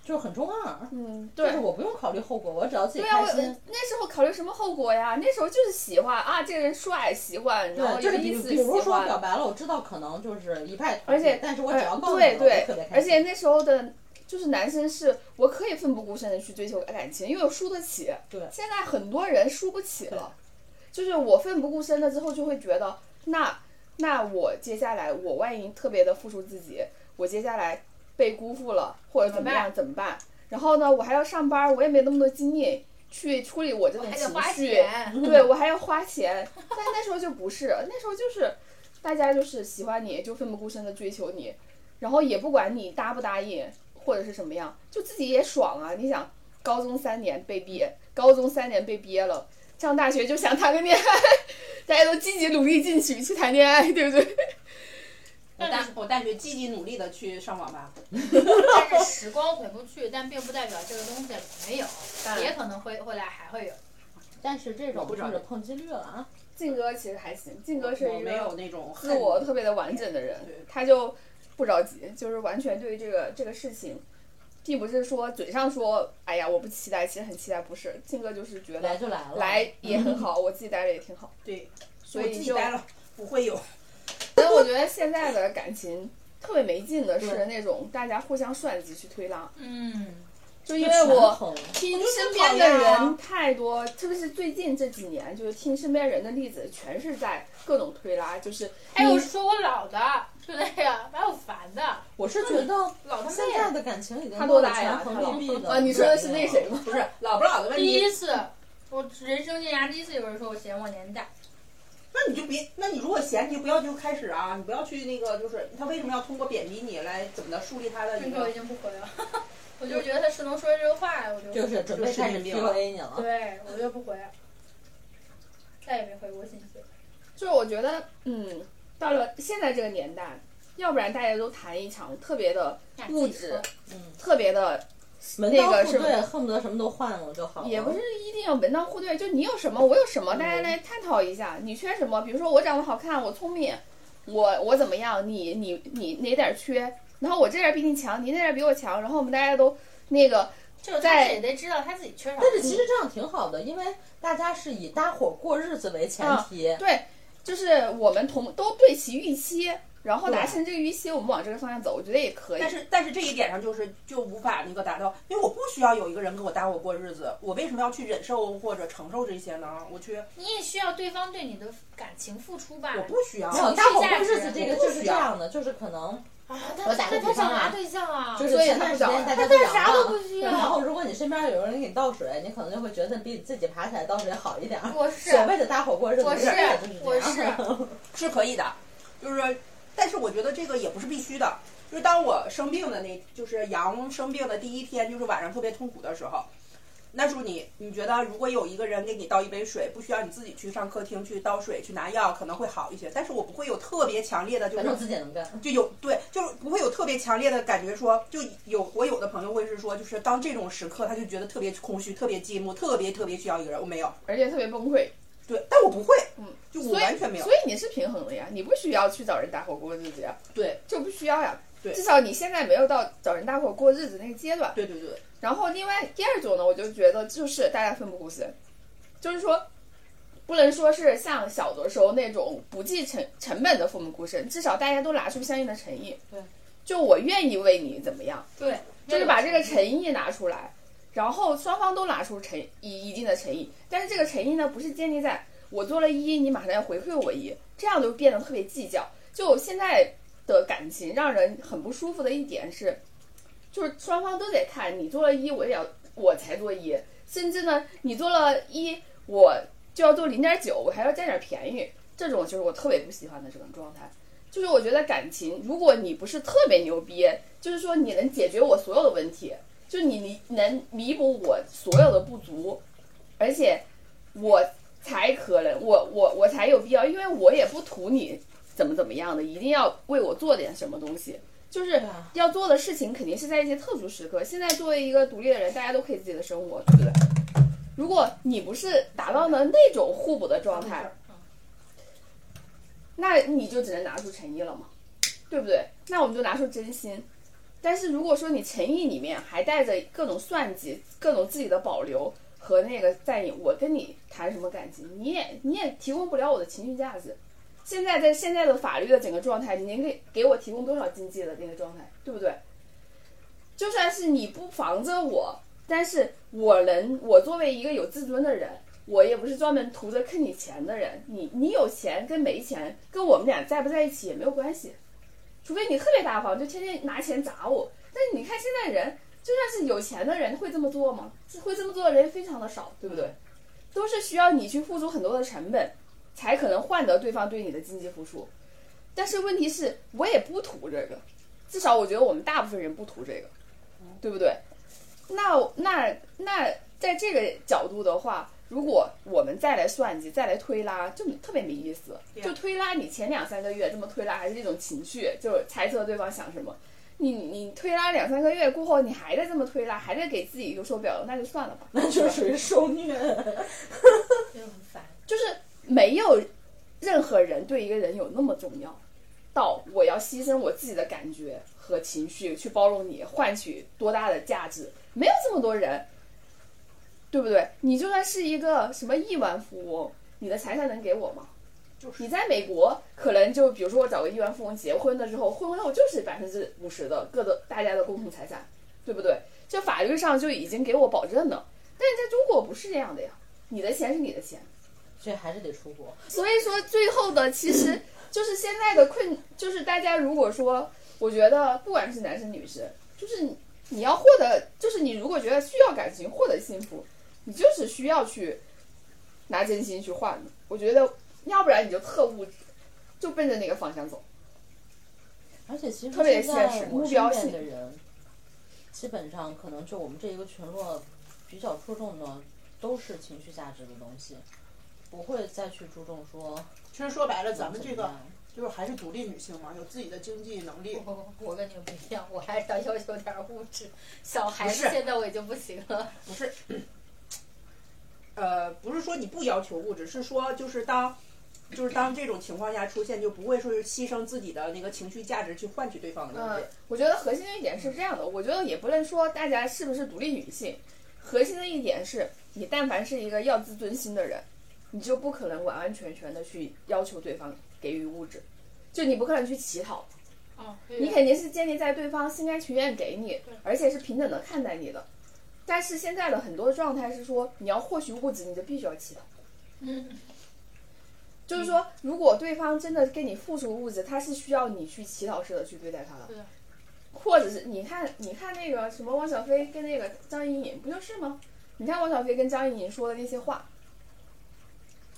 S2: 就是很中二，
S1: 嗯，
S2: 就
S1: 对
S2: 是。我不用考虑后果，我只要自己
S1: 对啊，
S2: 开
S1: 我
S2: 心。
S1: 那时候考虑什么后果呀？那时候就是喜欢啊，这个人帅，喜欢，然后
S2: 对，就
S1: 有
S2: 是比
S1: 意思，
S2: 比
S1: 喜
S2: 如说
S1: 欢。
S2: 表白了，我知道可能就是一派
S1: 而且呃
S2: 但是我只要告诉你，
S1: 对
S2: 我就
S1: 对
S2: 特别，开
S1: 而且
S2: 心。
S1: 那时候的，就是男生是我可以奋不顾身的去追求感情，因为我输得起。
S2: 对
S1: 现在很多人输不起了，就是我奋不顾身了之后，就会觉得那那我接下来我万一特别的付出自己，我接下来被辜负了或者怎么样怎么办？然后呢，我还要上班，我也没那么多精力去处理我这种
S5: 还
S1: 情
S5: 得花
S1: 绪。
S5: 钱，
S1: 对我还要花钱，但那时候就不是，那时候就是大家就是喜欢你就奋不顾身的追求你，然后也不管你答不答应或者是什么样，就自己也爽啊！你想，高中三年被憋，高中三年被憋了，上大学就想谈个恋爱， 大家都积极努力进取去谈恋爱，对不 对？
S4: 我大我大学积极努力的去上网吧，
S5: 但是时光回不去，但并不代表这个东西没有，也可能会未来还会有。
S2: 但是这
S4: 我
S2: 种
S4: 不知
S2: 就
S4: 道
S2: 是碰击率了啊。
S1: 靖哥其实还行，靖哥是
S4: 我
S1: 一
S4: 没有
S1: 个
S4: 那种
S1: 自我特别的完整的人
S4: 对，
S1: 他就不着急，就是完全对于这个这个事情，并不是说嘴上说哎呀我不期待，其实很期待，不是，靖哥就是觉
S2: 来
S1: 得
S2: 就来了，
S1: 来也很好，我自己待着也挺好。
S4: 对，
S1: 所
S4: 我
S1: 以
S4: 自己
S1: 就
S4: 待了不会有。
S1: 所以我觉得现在的感情特别没劲的是
S2: 对
S1: 那种大家互相算计去推拉，
S5: 嗯，
S1: 就
S2: 就
S1: 因为
S2: 权衡，
S1: 我。听身边的
S4: 我就讨厌
S1: 人
S4: 啊
S1: 太多，特别是最近这几年，就是听身边人的例子，全是在各种推拉，就是
S5: 还
S1: 你
S5: 有说哎我老的，就那个把我烦的，
S2: 我是觉得
S5: 老他
S2: 现
S5: 妹
S2: 在
S5: 啊。
S2: 的感情已经
S1: 他多
S2: 到了
S1: 大呀
S2: 权衡
S1: 他老
S2: 利弊的
S1: 啊，你说的是那谁吗？
S4: 不是老不老的问
S5: 第
S4: 题，
S5: 一次，我人生生涯第一次有人说我嫌我年大。
S4: 那你就别，那你如果嫌，你就不要就开始啊，你不要去那个，就是他为什么要通过贬低你来怎么的树立他的
S5: 这
S4: 一
S5: 个我已
S4: 个？
S5: 经不回了， 我就觉得他是能说这个话，我 就
S2: 就是准备开始
S4: 就是你了
S2: PUA 你了。
S5: 对我就不回了，再也没回过信息。
S1: 就是我觉得，嗯，到了现在这个年代，要不然大家都谈一场特别的
S5: 感
S1: 物
S5: 激
S1: 质
S5: 活，
S1: 特别
S4: 嗯
S1: 的
S2: 门
S1: 那
S2: 当
S1: 个
S2: 户
S1: 是
S2: 对，恨不得什么都换了就好了。
S1: 也不是一定要门当户对，就你有什么，我有什么，大家来探讨一下，你缺什么？比如说我长得好看，我聪明，我我怎么样？你你你哪点儿缺？然后我这点儿比你强，你那点儿比我强，然后我们大家都那个
S5: 就是他
S1: 在
S5: 自己得知道他自己缺啥。
S2: 但是其实这样挺好的，因为大家是以搭伙过日子为前提。
S1: 对，就是我们同都对齐预期，然后达
S4: 对
S1: 成这个预期，我们往这个方向走，我觉得也可以
S4: 但。是但是这一点上就是就无法那个达到，因为我不需要有一个人跟我搭伙过日子，我为什么要去忍受或者承受这些呢？我去，
S5: 你也需要对方对你的感情付出吧。
S4: 我不需要
S2: 没。有
S5: 情绪
S2: 搭伙
S5: 价
S2: 过日
S5: 值
S2: 子这个
S4: 我不
S2: 就是
S4: 需
S2: 这
S4: 要
S2: 样的，就是可能
S5: 啊，
S2: 我
S5: 他
S2: 打个
S5: 那
S2: 比
S5: 他
S2: 方
S5: 找
S2: 啊
S5: 啥对象啊？
S2: 就是
S1: 所以
S2: 前
S1: 他
S2: 段
S1: 不
S2: 时
S1: 找
S2: 间
S1: 了
S2: 大家
S5: 他
S2: 都
S5: 干
S2: 阳
S5: 啥都
S2: 了
S5: 不需
S2: 啊然后
S5: 要。
S2: 如果你身边有人给你倒水，你可能就会觉得比你自己爬起来倒水好一点儿。
S5: 我 是
S2: 所谓的搭伙过日子，
S5: 我
S2: 就是是
S5: 我
S2: 就是
S5: 是
S2: 这样。
S4: 是可以的，就是，但是我觉得这个也不是必须的。就是当我生病的那，就是羊生病的第一天，就是晚上特别痛苦的时候，那时候你你觉得如果有一个人给你倒一杯水，不需要你自己去上客厅去倒水去拿药，可能会好一些。但是我不会有特别强烈的，就
S2: 反正
S4: 是
S2: 我自己也能 干。
S4: 就有对，就是不会有特别强烈的感觉说，就有我有的朋友会是说，就是当这种时刻，他就觉得特别空虚、特别寂寞、特别特别需要一个人。我没有，
S1: 而且特别崩溃，
S4: 对，但我不会，
S1: 嗯，
S4: 就我
S1: 所
S4: 完全没
S1: 以
S4: 有
S1: 所。以你是平衡的呀，你不需要去找人搭伙过日子呀，
S4: 对，
S1: 就不需要呀。
S4: 对
S1: 至少你现在没有到找人搭伙过日子那个阶段。
S4: 对对对，
S1: 然后另外第二种呢，我就觉得就是大家奋不顾身，就是说，不能说是像小的时候那种不计成成本的奋不顾身，至少大家都拿出相应的诚意。
S2: 对，
S1: 就我愿意为你怎么样，
S5: 对，
S1: 就是把这个诚意拿出来，然后双方都拿出诚一一定的诚意，但是这个诚意呢，不是建立在我做了一，你马上要回馈我一，这样就变得特别计较。就现在的感情让人很不舒服的一点是，就是双方都得看你做了一，我也要我才做一，甚至呢，你做了一，我就要做零点九，我还要占点便宜，这种就是我特别不喜欢的这种状态。就是我觉得感情，如果你不是特别牛逼，就是说你能解决我所有的问题，就你弥能弥补我所有的不足，而且我才可能，我我我才有必要，因为我也不图你怎么怎么样的，一定要为我做点什么东西。就是
S2: 啊
S1: 要做的事情肯定是在一些特殊时刻。现在作为一个独立的人，大家都可以自己的生活，对不对？如果你不是达到了那种互补的状态，那你就只能拿出诚意了嘛，对不对？那我们就拿出真心。但是如果说你诚意里面还带着各种算计、各种自己的保留和那个在意，我跟你谈什么感情，你也你也提供不了我的情绪价值。现在在现在的法律的整个状态，你能给给我提供多少经济的那个状态，对不对？就算是你不防着我，但是我能，我作为一个有自尊的人，我也不是专门图着坑你钱的人。你你有钱跟没钱，跟我们俩在不在一起也没有关系，除非你特别大方，就天天拿钱砸我。但是你看现在人，就算是有钱的人会这么做吗？会这么做的人非常的少，对不对？都是需要你去付出很多的成本，才可能换得对方对你的经济付出。但是问题是，我也不图这个，至少我觉得我们大部分人不图这个，对不对？那那那在这个角度的话，如果我们再来算计、再来推拉，就特别没意思。
S4: 对啊
S1: 就推拉，你前两三个月这么推拉，还是一种情绪，就是猜测对方想什么。你你推拉两三个月过后，你还在这么推拉，还在给自己有所表扬，那就算了吧。
S2: 那就是属于受虐。
S5: 就很烦。
S1: 就是没有任何人对一个人有那么重要，到我要牺牲我自己的感觉和情绪去包容你，换取多大的价值？没有这么多人，对不对？你就算是一个什么亿万富翁，你的财产能给我吗？
S4: 就是
S1: 你在美国可能就比如说我找个亿万富翁结婚了之后，婚后就是百分之五十的各的大家的共同财产，对不对？这法律上就已经给我保证了，但是在中国不是这样的呀，你的钱是你的钱。
S2: 所以还是得出国。
S1: 所以说最后的其实就是现在的困，就是大家如果说，我觉得不管是男生女生，就是你你要获得，就是你如果觉得需要感情获得幸福，你就是需要去拿真心去换的。我觉得要不然你就特物质，就奔着那个方向走。
S2: 而且其实
S1: 特别
S2: 现在
S1: 现实
S2: 我
S1: 目
S2: 身
S1: 标
S2: 边
S1: 性
S2: 的人，基本上可能就我们这一个群落比较注重的都是情绪价值的东西，不会再去注重说
S4: 其实说白了，
S2: 怎
S4: 咱
S2: 么
S4: 们
S2: 怎
S4: 这
S2: 么
S1: 嗯
S4: 个
S2: 样。
S4: 就是还是独立女性嘛，有自己的经济能力。
S5: 我我跟你们不一样，我还是要要求点儿物质。小孩
S4: 不
S5: 子
S4: 是
S5: 现在我已经不行了，
S4: 不是，呃，不是说你不要求物质，是说就是当，就是当这种情况下出现，就不会说是牺牲自己的那个情绪价值去换取对方的东西。
S1: 嗯，我觉得核心的一点是这样的，我觉得也不能说大家是不是独立女性，核心的一点是你但凡是一个要自尊心的人，你就不可能完完全全的去要求对方给予物质，就你不可能去乞讨，
S5: 哦，
S1: 你肯定是建立在对方心甘情愿给你
S5: 对，
S1: 而且是平等的看待你的。但是现在的很多状态是说，你要获取物质，你就必须要乞讨。
S5: 嗯，
S1: 就是说，如果对方真的给你付出物质，他是需要你去乞讨式的去对待他的
S5: 对啊，
S1: 或者是你看，你看那个什么汪小菲跟那个张颖颖不就是吗？你看汪小菲跟张颖颖说的那些话，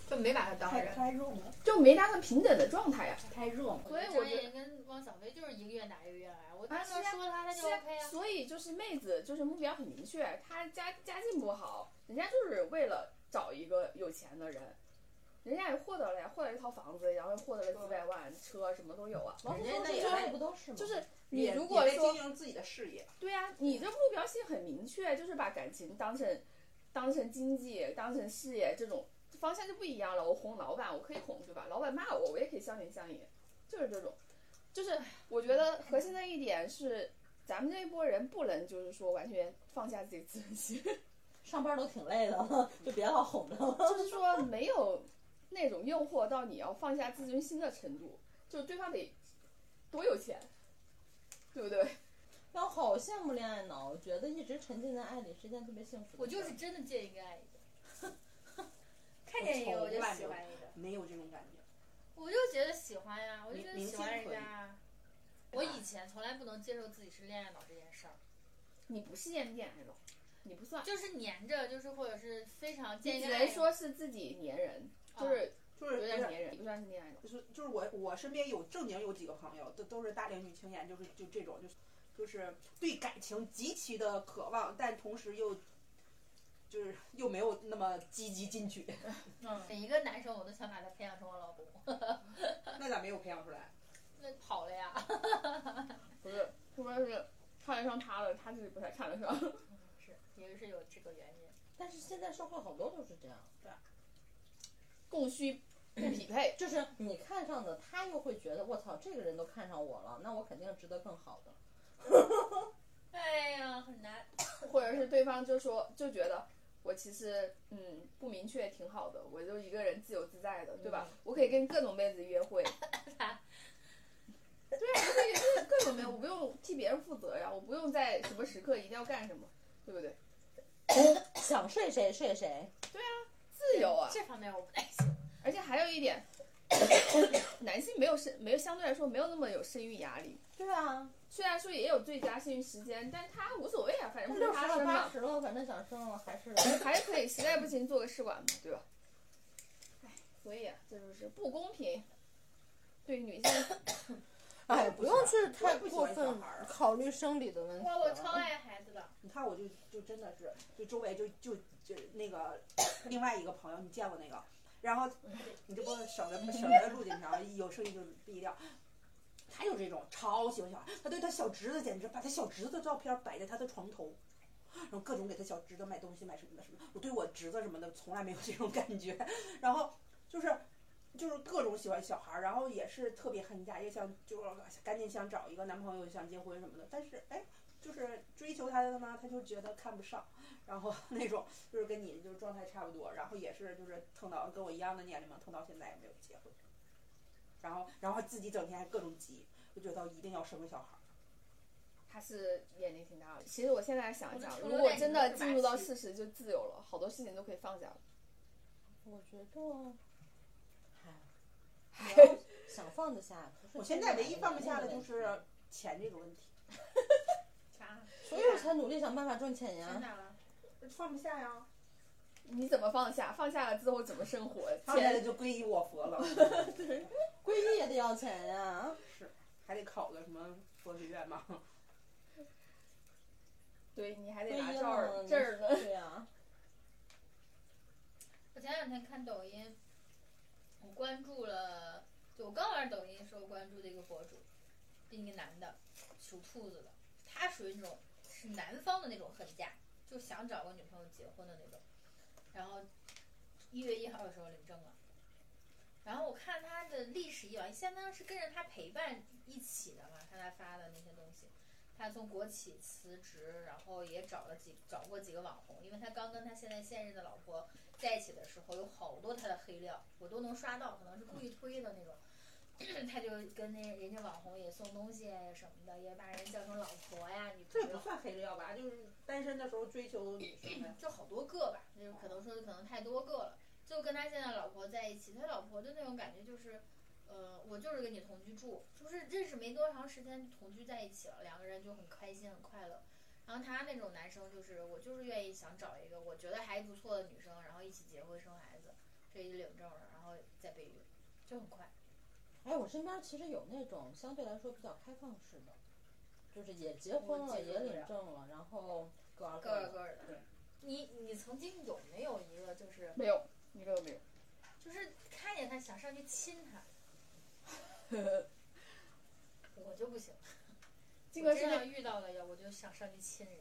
S5: 就没把他当
S4: 太
S5: 人。
S4: 太热门，
S1: 就没达到平等的状态呀、
S4: 太热门。
S1: 所以我觉得
S5: 跟汪小菲就是一个愿打一个愿挨，我
S1: 啊
S5: 当
S1: 是啊
S5: 时说他他就是
S1: 啊
S5: OK 啊。
S1: 所以就是妹子就是目标很明确，她家家境不好，人家就是为了找一个有钱的人，人家也获得了呀，获得了一套房子，然后又获得了几百万车，什么都有啊。
S2: 王思
S4: 人家
S2: 聪
S4: 那也
S2: 这些不都是吗？
S5: 嗯
S1: 就是嗯你
S4: 也
S1: 如果
S4: 也在
S1: 说
S4: 经营自己的事业，
S1: 对啊，你这目标性很明确，就是把感情当成当成经济、当成事业这种方向就不一样了。我哄老板，我可以哄对吧？老板骂我，我也可以相信相迎，就是这种。就是我觉得核心的一点是，咱们这一波人不能就是说完全放下自己自尊心，
S2: 上班都挺累的，就别老哄着了。
S1: 就是说没有那种诱惑到你要放下自尊心的程度，就是对方得多有钱，对不对？
S2: 但我好羡慕恋爱脑，我觉得一直沉浸在爱里是一件特别幸福的事。
S5: 我就是真的见一个爱 一个，看见一个我就喜欢一个，
S4: 没有这种感觉。
S5: 我就觉得喜欢呀、我就觉得喜欢人
S4: 明
S5: 家
S4: 明
S5: 啊。我以前从来不能接受自己是恋爱脑这件事儿，
S1: 你不是恋恋爱脑，你不算。
S5: 就是粘着，就是或者是非常见
S1: 你
S5: 一
S1: 只
S5: 个爱
S1: 能说是自己粘人，就是
S4: 就是
S1: 有
S4: 不
S1: 点
S4: 是
S1: 粘人，不算是恋爱脑。
S4: 就是就是我我身边有正经有几个朋友，都都是大龄女青年，就是就这种就是就是对感情极其的渴望，但同时又就是又没有那么积极进取，
S5: 嗯，每一个男生我都想把他培养成我老公，
S4: 那咋没有培养出来？
S5: 那跑了呀。
S1: 不是，除非是看得上他了，他自己不太看得上。
S5: 是，也是有这个原因。
S2: 但是现在社会好多都是这样，
S1: 供需不匹配，
S2: 就是你看上的，他又会觉得我操，这个人都看上我了，那我肯定值得更好的。
S5: 哎呀，很难。
S1: 或者是对方就说就觉得我其实嗯不明确挺好的，我就一个人自由自在的，对吧？我可以跟各种妹子约 会。对啊，我可以跟各种妹，我不用替别人负责呀，我不用在什么时刻一定要干什么，对不对？
S2: 想睡谁睡谁，
S1: 自由啊！
S5: 这方面我不太行。
S1: 而且还有一点，男性没有生没有相对来说没有那么有生育压力，
S2: 对啊，
S1: 虽然说也有最佳生育时间，但他无所谓啊，反正不是
S2: 哎六十
S1: 他
S2: 了
S1: 生
S2: 八
S1: 嘛，
S2: 十了，反正想生了还是
S1: 还是可以，实在不行做个试管嘛，对吧？哎，所以啊，这就是不公平，对女性。
S4: 哎，
S2: 不用去太
S4: 不喜
S2: 过
S4: 欢小
S2: 分
S4: 孩儿啊。
S2: 考虑生理的问题
S5: 哇，我超
S2: 了。
S5: 爱孩子的。
S4: 你看我就就真的是，就周围就就就那个另外一个朋友，你见过那个？然后你就不能省着省着录进去啊，有声音就毙掉。他就这种超喜欢小孩，他对他小侄子简直把他小侄子的照片摆在他的床头，然后各种给他小侄子买东西买什么的什么的。我对我侄子什么的从来没有这种感觉，然后就是。就是各种喜欢小孩儿，然后也是特别恨嫁，也想就是赶紧想找一个男朋友，想结婚什么的。但是哎，就是追求他的呢，他就觉得看不上，然后那种就是跟你就是状态差不多，然后也是就是腾到跟我一样的年龄嘛，腾到现在也没有结婚，然后然后自己整天还各种急，就觉得一定要生个小孩儿。
S1: 他是眼龄挺大的。其实我现在想一想，
S5: 我们
S1: 如
S5: 除了
S1: 果
S5: 在
S1: 真
S5: 你
S1: 的
S5: 们
S1: 进入到
S5: 马戏
S1: 四十就自由了，好多事情都可以放下了。
S2: 我觉得，唉， 你要想放得下，不是
S4: 我现在唯一放不下
S2: 那个
S4: 的就
S2: 问题
S4: 是钱这个问题，
S5: 啥？
S2: 所以我才努力想办法挣钱呀。
S5: 哪了？
S4: 呃放不下呀，
S1: 你怎么放下？放下了之后怎么生活？
S4: 放下了就皈依我 佛了，
S2: 皈依也得要钱 呀。
S4: 还得考个什么佛学院嘛。
S1: 对你还得
S2: 不
S1: 拿
S2: 一
S1: 证
S2: 样
S1: 儿证儿呢。
S2: 对呀，
S5: 我前两天看抖音，我关注了，有高玩抖音受关注的一个博主，一个男的，属兔子的，他属于那种是南方的那种恨嫁，就想找个女朋友结婚的那种。然后一月一号的时候领证了。然后我看他的历史以往，相当是跟着他陪伴一起的嘛，看他发的那些东西。他从国企辞职，然后也找了几找过几个网红，因为他刚跟他现在现任的老婆在一起的时候，有好多他的黑料，我都能刷到，可能是故意推的那种。 他就跟那人家网红也送东西呀什么的，也把人叫成老婆呀、女朋
S4: 这不
S5: 友
S4: 算黑料吧？就是单身的时候追求女生呗。
S5: 就好多个吧，就是可能说可能太多个了。就跟他现在老婆在一起，他老婆的那种感觉就是，呃，我就是跟你同居住，就是认识没多长时间就同居在一起了，两个人就很开心很快乐。然后他那种男生就是我就是愿意想找一个我觉得还不错的女生，然后一起结婚生孩子，这一领证了，然后再备孕，就很快。
S2: 哎，我身边其实有那种相对来说比较开放式的，就是也结婚
S5: 我
S2: 了，
S5: 接受
S2: 也
S5: 不
S2: 领
S5: 了
S2: 证了，然后各玩
S5: 个儿
S2: 的。
S5: 个儿的。你你曾经有没有一个就是
S1: 没有一个都没有。
S5: 就是看见他想上去亲 他？我就不行。
S1: 金
S5: 我
S1: 哥
S5: 真
S1: 是
S5: 要
S1: 那
S5: 遇到了呀，我就想上去亲人，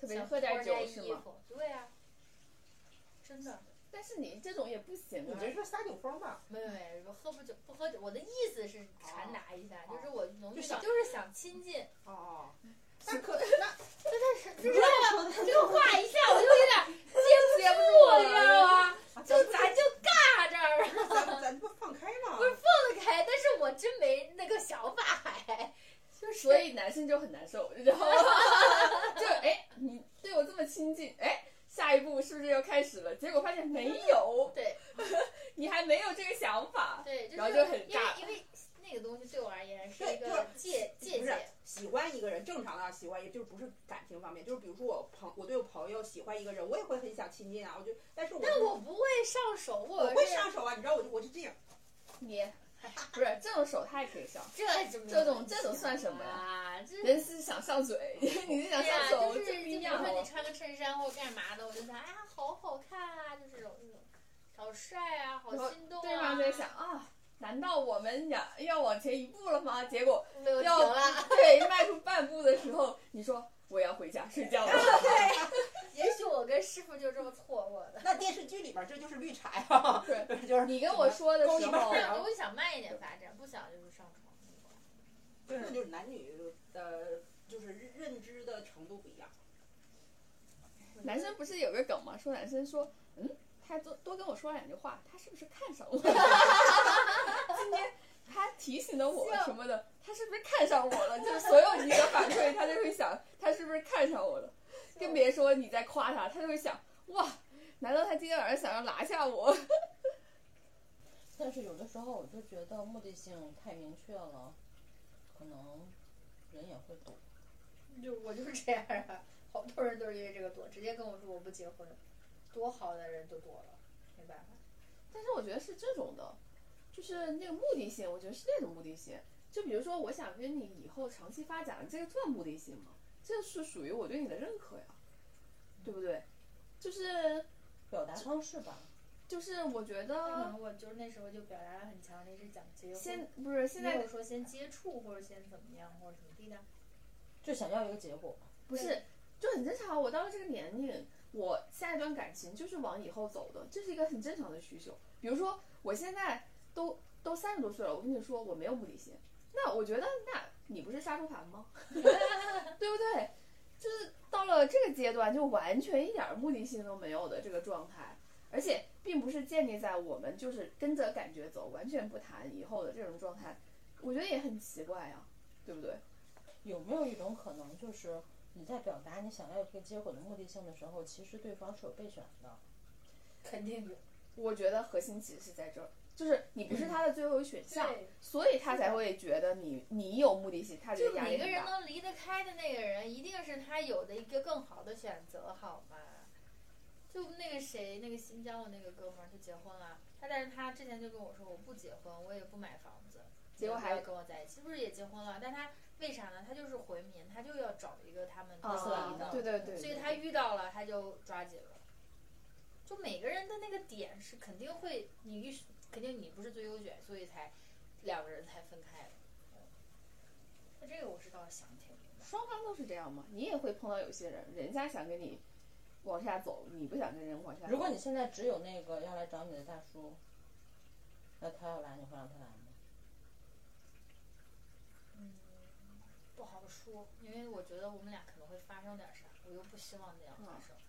S1: 特别
S5: 想
S1: 喝点
S5: 脱人
S1: 酒
S5: 家
S1: 是
S5: 衣
S1: 吗？
S5: 服，对呀、真的，
S1: 但是你这种也不行
S4: 你
S1: 啊。
S4: 这是撒酒疯吧？
S5: 没有没有，喝不酒不喝酒，我的意思是传达一下，
S4: 哦
S5: 就是我能遇
S4: 就
S5: 到
S4: 想
S5: 就是想亲 近，
S4: 哦，那 可那
S5: 就是这个话一下我就有点接不住，你知道 吗？
S4: 啊
S5: 就咱就尬这儿 了，
S4: 咱咱不放开吗？
S5: 放得开，但是我真没那个想法哎，就是
S1: 所以男生就很难受，你知道吗？ 就哎，你对我这么亲近，哎，下一步是不是要开始了？结果发现没有，
S5: 对
S1: 你还没有这个想法。
S5: 对，
S1: 然后
S5: 是
S1: 就很
S5: 因为
S1: 尬
S5: 因为那个东西对我而言是
S4: 对
S5: 一个
S4: 就是
S5: 界界
S4: 不是
S5: 限，
S4: 喜欢一个人，正常的啊喜欢，也就是不是感情方面，就是比如说我朋我对我朋友喜欢一个人，我也会很想亲近啊，我就但是我
S5: 但我不会上手，我
S4: 我会
S5: 是
S4: 上手啊，你知道我就我是这样，
S1: 你不是这种手态可以上，
S5: 这就没有
S1: 哎这种
S5: 问题
S1: 这种算什么呀
S5: 啊？这
S1: 人是想上嘴， 你是想
S5: 对
S1: 上，
S5: 呀
S1: 手，
S5: 就是
S1: 这
S5: 就
S1: 不
S5: 比
S1: 一
S5: 如
S1: 样
S5: 说
S1: 哦
S5: 你。穿个衬衫或干嘛的，我就想，哎呀，好好看啊，就是这种那种，好帅啊，好
S1: 然后
S5: 心动啊。
S1: 对方在想啊，难道我们俩要往前一步了吗？结果
S5: 没有停
S1: 要
S5: 了，
S1: 对迈出半步的时候，你说我要回家睡觉了。
S5: 也许我跟师傅就这么错过 的。
S4: 那电视剧里边这就是绿茶啊，
S1: 对
S4: 就是
S1: 你跟我说的时
S4: 勾一半
S1: 候
S4: 儿，
S5: 但我想慢一点发展，不想就是上床。
S4: 那就是男女的，就是认知的程度不一样。
S1: 男生不是有个梗吗？说男生说，嗯，他多多跟我说两句话，他是不是看上我？ 今天他提醒了我什么的，他是不是看上我了？就是所有你的反馈，他就会想，他是不是看上我了？更别说你在夸他，他就会想，哇，难道他今天晚上想要拿下我？
S2: 但是有的时候我就觉得目的性太明确了，可能人也会懂。
S5: 就我就是这样啊，好多人都是因为这个躲，直接跟我说我不结婚，多好的人都躲了，没办法。
S1: 但是我觉得是这种的，就是那个目的性，我觉得是那种目的性。就比如说，我想跟你以后长期发展，这个算目的性吗？这是属于我对你的认可呀，对不对？就是
S2: 表达方式吧，
S1: 就是，我觉
S5: 可
S1: 得
S5: 能我就是那时候就表达的很强烈，是讲结婚。
S1: 啊现不是现
S5: 没
S1: 在
S5: 有说先接触或者先怎么样或者怎么地的。
S2: 就想要一个结果。
S1: 不是，就很正常。我到了这个年龄，我下一段感情就是往以后走的，这是一个很正常的需求。比如说，我现在都都三十多岁了，我跟你说我没有目的性，那我觉得那你不是杀猪盘吗？ 对不对？就是到了这个阶段，就完全一点目的性都没有的这个状态，而且并不是建立在我们就是跟着感觉走，完全不谈以后的这种状态，我觉得也很奇怪啊，对不对？
S2: 有没有一种可能，就是你在表达你想要一个结果的目的性的时候，其实对方是有备选的？
S5: 肯定有，
S1: 我觉得核心其实是在这儿，就是你不是他的最后一选项，
S5: 嗯对
S1: 所以他才会觉得你你有目的性，他觉
S5: 就
S1: 得压
S5: 每
S1: 力
S5: 个
S1: 很
S5: 人
S1: 大。
S5: 能离得开的那个人，一定是他有的一个更好的选择，好吗？就那个谁，那个新疆的那个哥们儿，他结婚了，他但是他之前就跟我说我不结婚，我也不买房子，
S1: 结果还
S5: 要跟我在一起，是不是也结婚了？但他为啥呢？他就是回民，他就要找一个他们
S1: 啊
S5: 所以的，
S1: 对对对，
S5: 所以他遇到了，他就抓紧了。就每个人的那个点是肯定会，你一肯定你不是最优选，所以才两个人才分开的。嗯那这个我是倒是想挺明白。
S1: 双方都是这样吗？你也会碰到有些人，人家想跟你往下走，你不想跟人往下走。
S2: 如果你现在只有那个要来找你的大叔，那他要来，你会让他来吗？
S5: 嗯，不好说，因为我觉得我们俩可能会发生点啥，我又不希望那样发生。
S1: 嗯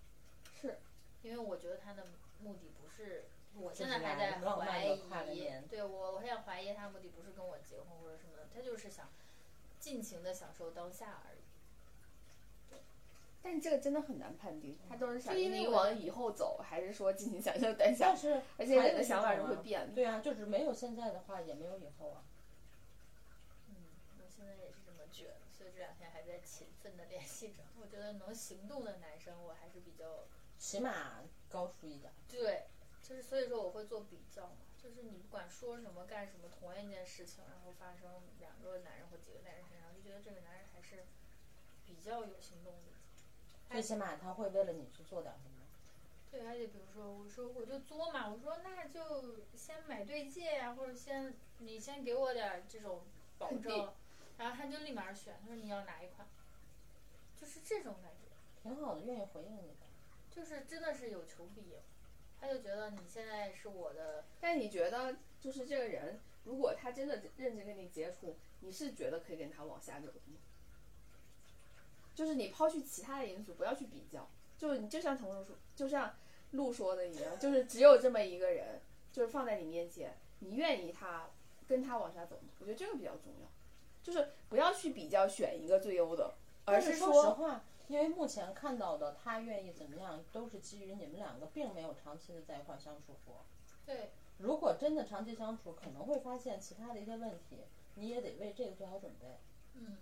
S1: 是，
S5: 因为我觉得他的目的不是，我
S2: 就
S5: 现
S2: 是
S5: 在还
S2: 来
S5: 在
S2: 浪漫
S5: 怀
S2: 的跨个
S5: 疑
S2: 年，
S5: 对我，我现在怀疑他的目的不是跟我结婚或者什么的，他就是想尽情的享受当下而已。
S1: 但这个真的很难判定，他都是想
S5: 就因
S1: 跟你
S5: 为我
S1: 往以后走，还是说进行想象单下
S2: 但？是
S1: 而且人
S2: 还有
S1: 的
S2: 一
S1: 想法是
S2: 种
S1: 会
S2: 啊
S1: 变的。
S2: 对啊，就是没有现在的话，也没有以后啊。
S5: 嗯，我现在也是这么觉得，所以这两天还在勤奋的联系着。我觉得能行动的男生，我还是比较
S2: 起码高出一点儿。
S5: 对，就是所以说我会做比较嘛，就是你不管说什么干什么，同样一件事情，然后发生两个男人或几个男人身上，就觉得这个男人还是比较有行动力。
S2: 最起码他会为了你去做点什么。
S5: 对，而且比如说，我说我就作嘛，我说那就先买对戒啊呀、或者先你先给我点儿这种保
S1: 肯定
S5: 证，然后他就立马选，他说你要哪一款，就是这种感觉，
S2: 挺好的，愿意回应你的。
S5: 就是真的是有求必应，他就觉得你现在是我的，
S1: 但你觉得，就是这个人，如果他真的认真跟你接触，你是觉得可以跟他往下走的吗？就是你抛去其他的因素，不要去比较，就是你就像彤彤说，就像路说的一样，就是只有这么一个人，就是放在你面前，你愿意他跟他往下走吗？我觉得这个比较重要，就是不要去比较选一个最优的，而
S2: 但是
S1: 说
S2: 说实话，因为目前看到的他愿意怎么样，都是基于你们两个并没有长期的在一块儿相处过。
S5: 对，
S2: 如果真的长期相处，可能会发现其他的一些问题，你也得为这个做好准备。
S5: 嗯，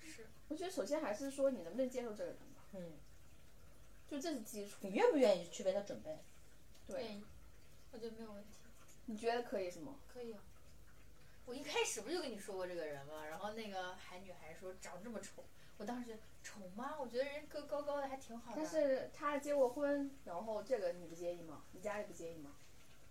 S5: 是，
S1: 我觉得首先还是说你能不能接受这个人吧，
S2: 嗯，
S1: 就这是基础。
S2: 你愿不愿意去为他准备？
S1: 对，，
S5: 我觉得没有问题，
S1: 你觉得可以是吗？
S5: 可以啊。我一开始不就跟你说过这个人吗？然后那个韩女孩说长这么丑，我当时觉得丑吗？我觉得人个高高的还挺好的。
S1: 但是他结过婚，然后这个你不介意吗？你家里不介意吗？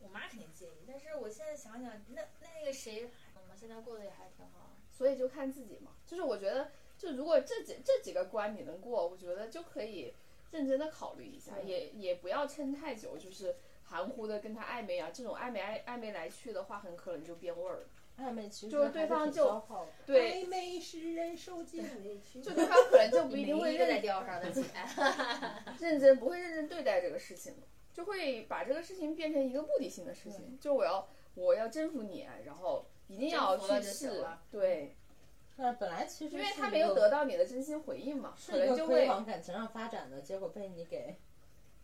S5: 我妈肯定介意，但是我现在想想，那那个谁，我们现在过得也还挺好。
S1: 所以就看自己嘛。就是我觉得，就如果这几这几个关你能过，我觉得就可以认真的考虑一下，
S5: 嗯
S2: 对
S1: 也也不要撑太久，就是含糊的跟他暧昧啊，这种暧昧暧暧昧来去的话，很可能就变味儿了。
S2: 暧昧其实
S1: 就是
S2: 还
S1: 对
S2: 是
S1: 方
S2: 挺
S1: 就
S2: 消耗的。
S1: 对，
S4: 暧昧使人受尽委屈。
S1: 就对方可能就不一定会
S5: 一个在
S1: 认
S5: 钓 上的姐，
S1: 认真，不会认真对待这个事情的，就会把这个事情变成一个目的性的事情，就我要我要征服你，然后一定要
S5: 征服了
S1: 去
S5: 就行
S1: 试
S5: 了，
S1: 对。
S2: 那本来其实
S1: 因为
S2: 是
S1: 他
S2: 一
S1: 没有
S2: 个
S1: 得到你的真心回应嘛，
S2: 是
S1: 可
S2: 一
S1: 能
S2: 个
S1: 就
S2: 可以
S1: 会
S2: 往感情上发展的，结果被你给，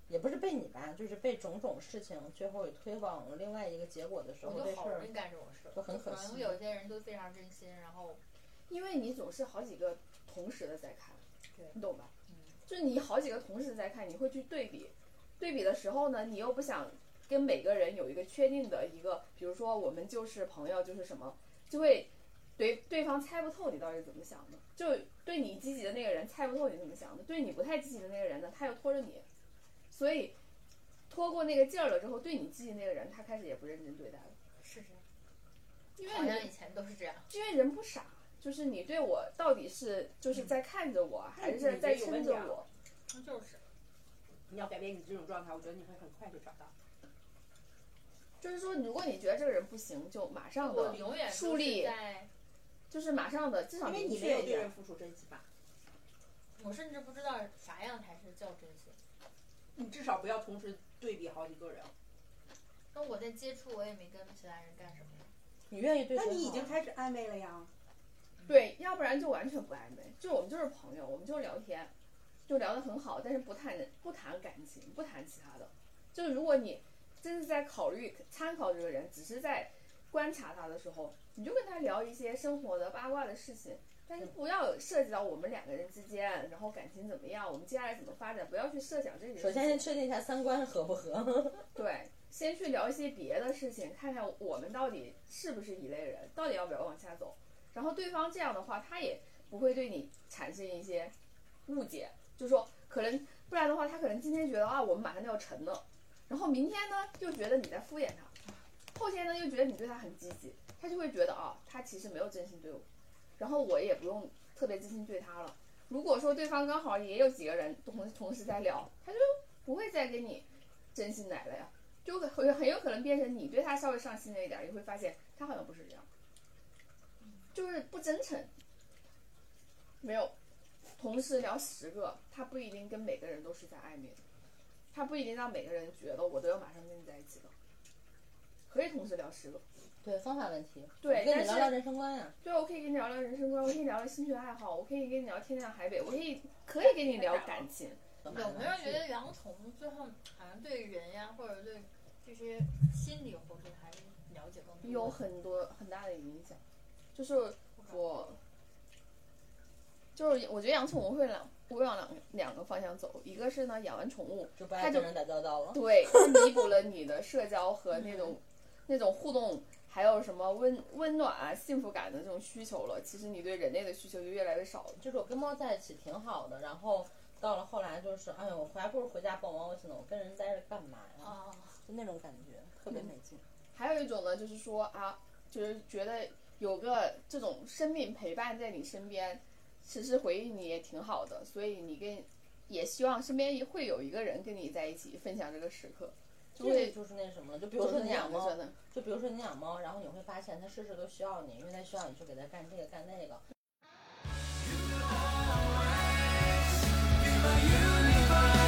S2: 也不是被你吧，就是被种种事情最后也推往了另外一个结果的时
S5: 我
S2: 候，
S5: 就
S2: 这事
S5: 好
S2: 儿
S5: 容易干这种事儿，
S2: 就很可
S5: 可能
S2: 惜
S5: 有些人都非常真心，然后
S1: 因为你总是好几个同时的在看
S5: 对，
S1: 你懂吧？
S5: 嗯，
S1: 就是你好几个同时在看，你会去对比，对比的时候呢，你又不想跟每个人有一个确定的一个，比如说我们就是朋友，就是什么，就会对对方猜不透你到底怎么想的，就对你积极的那个人猜不透你怎么想的，对你不太积极的那个人呢，他又拖着你，所以拖过那个劲儿了之后，对你积极那个人，他开始也不认真对待了，
S5: 是这样。
S1: 因为
S5: 好
S1: 你
S5: 像以前都是这样，
S1: 因为人不傻，就是你对我到底是就是在看着我，还
S4: 嗯
S1: 是在撑着
S4: 有问题
S1: 我？
S5: 嗯就是
S4: 你要改变你这种状态，我觉得你会很快就找到。
S1: 就是说，如果你觉得这个人不行，就马上
S5: 我
S1: 的，
S5: 永远都是
S1: 树立
S5: 在，
S1: 就是马上的，至少
S4: 因为
S1: 明
S4: 你没有
S1: 确一
S4: 对人
S1: 下。
S4: 付出真心吧？
S5: 我甚至不知道啥样才是叫真心。
S4: 你至少不要同时对比好几个人。
S5: 那我在接触，我也没跟其他人干什么，
S2: 你愿意对
S4: 那
S2: 谁好啊？
S4: 你已经开始暧昧了呀？
S1: 对，要不然就完全不暧昧，就我们就是朋友，我们就聊天，就聊得很好，但是不谈不谈感情，不谈其他的。就是如果你真是在考虑参考这个人，只是在观察他的时候，你就跟他聊一些生活的八卦的事情，但是不要涉及到我们两个人之间，然后感情怎么样，我们接下来怎么发展，不要去设想这些事情。
S2: 首先先确定一下三观合不合，
S1: 对，先去聊一些别的事情，看看我们到底是不是一类人，到底要不要往下走。然后对方这样的话，他也不会对你产生一些误解，就说可能不然的话，他可能今天觉得啊，我们马上就要成了，然后明天呢又觉得你在敷衍他，后天呢又觉得你对他很积极，他就会觉得啊，他其实没有真心对我，然后我也不用特别真心对他了。如果说对方刚好也有几个人同同时在聊，他就不会再给你真心来了呀，就很很有可能变成你对他稍微上心了一点，你会发现他好像不是这样，就是不真诚。没有，同时聊十个，他不一定跟每个人都是在暧昧的，他不一定让每个人觉得我都要马上跟你在一起了，可以同时聊十个。
S2: 对方法问题，
S1: 对
S2: 我跟你
S1: 但是
S2: 聊聊人生观啊呀、
S1: 对，啊我可以跟你聊聊人生观，我可以聊聊兴趣爱好，我可以跟你聊天南海北，我可以可以跟你聊感情。
S2: 有
S5: 有没有人觉得杨彤最后好像对人呀，或者对这些心理活动还是了解更多？
S1: 有很多很大的影响，就是我，就是我觉得养宠物会两会往两两个方向走，一个是呢养完宠物
S2: 就不爱跟人打交道了？
S1: 对，它弥补了你的社交和那种、那种互动，还有什么温温暖啊、幸福感的这种需求了。其实你对人类的需求就越来越少了。
S2: 就是我跟猫在一起挺好的，然后到了后来就是，哎呦，我还不如回家抱猫去呢，我跟人待着干嘛呀？
S5: 啊，
S2: 就那种感觉，特别没劲。
S1: 还有一种呢，就是说啊，就是觉得有个这种生命陪伴在你身边，时时回应你也挺好的，所以你跟也希望身边会有一个人跟你在一起分享这个时刻，就
S2: 这个
S1: 会
S2: 就是那什么了，就比如说你养
S1: 养着
S2: 猫
S1: 真，的。
S2: 就比如说你养猫，然后你会发现它事事都需要你，因为它需要你去给它干这个干那个。
S7: universe.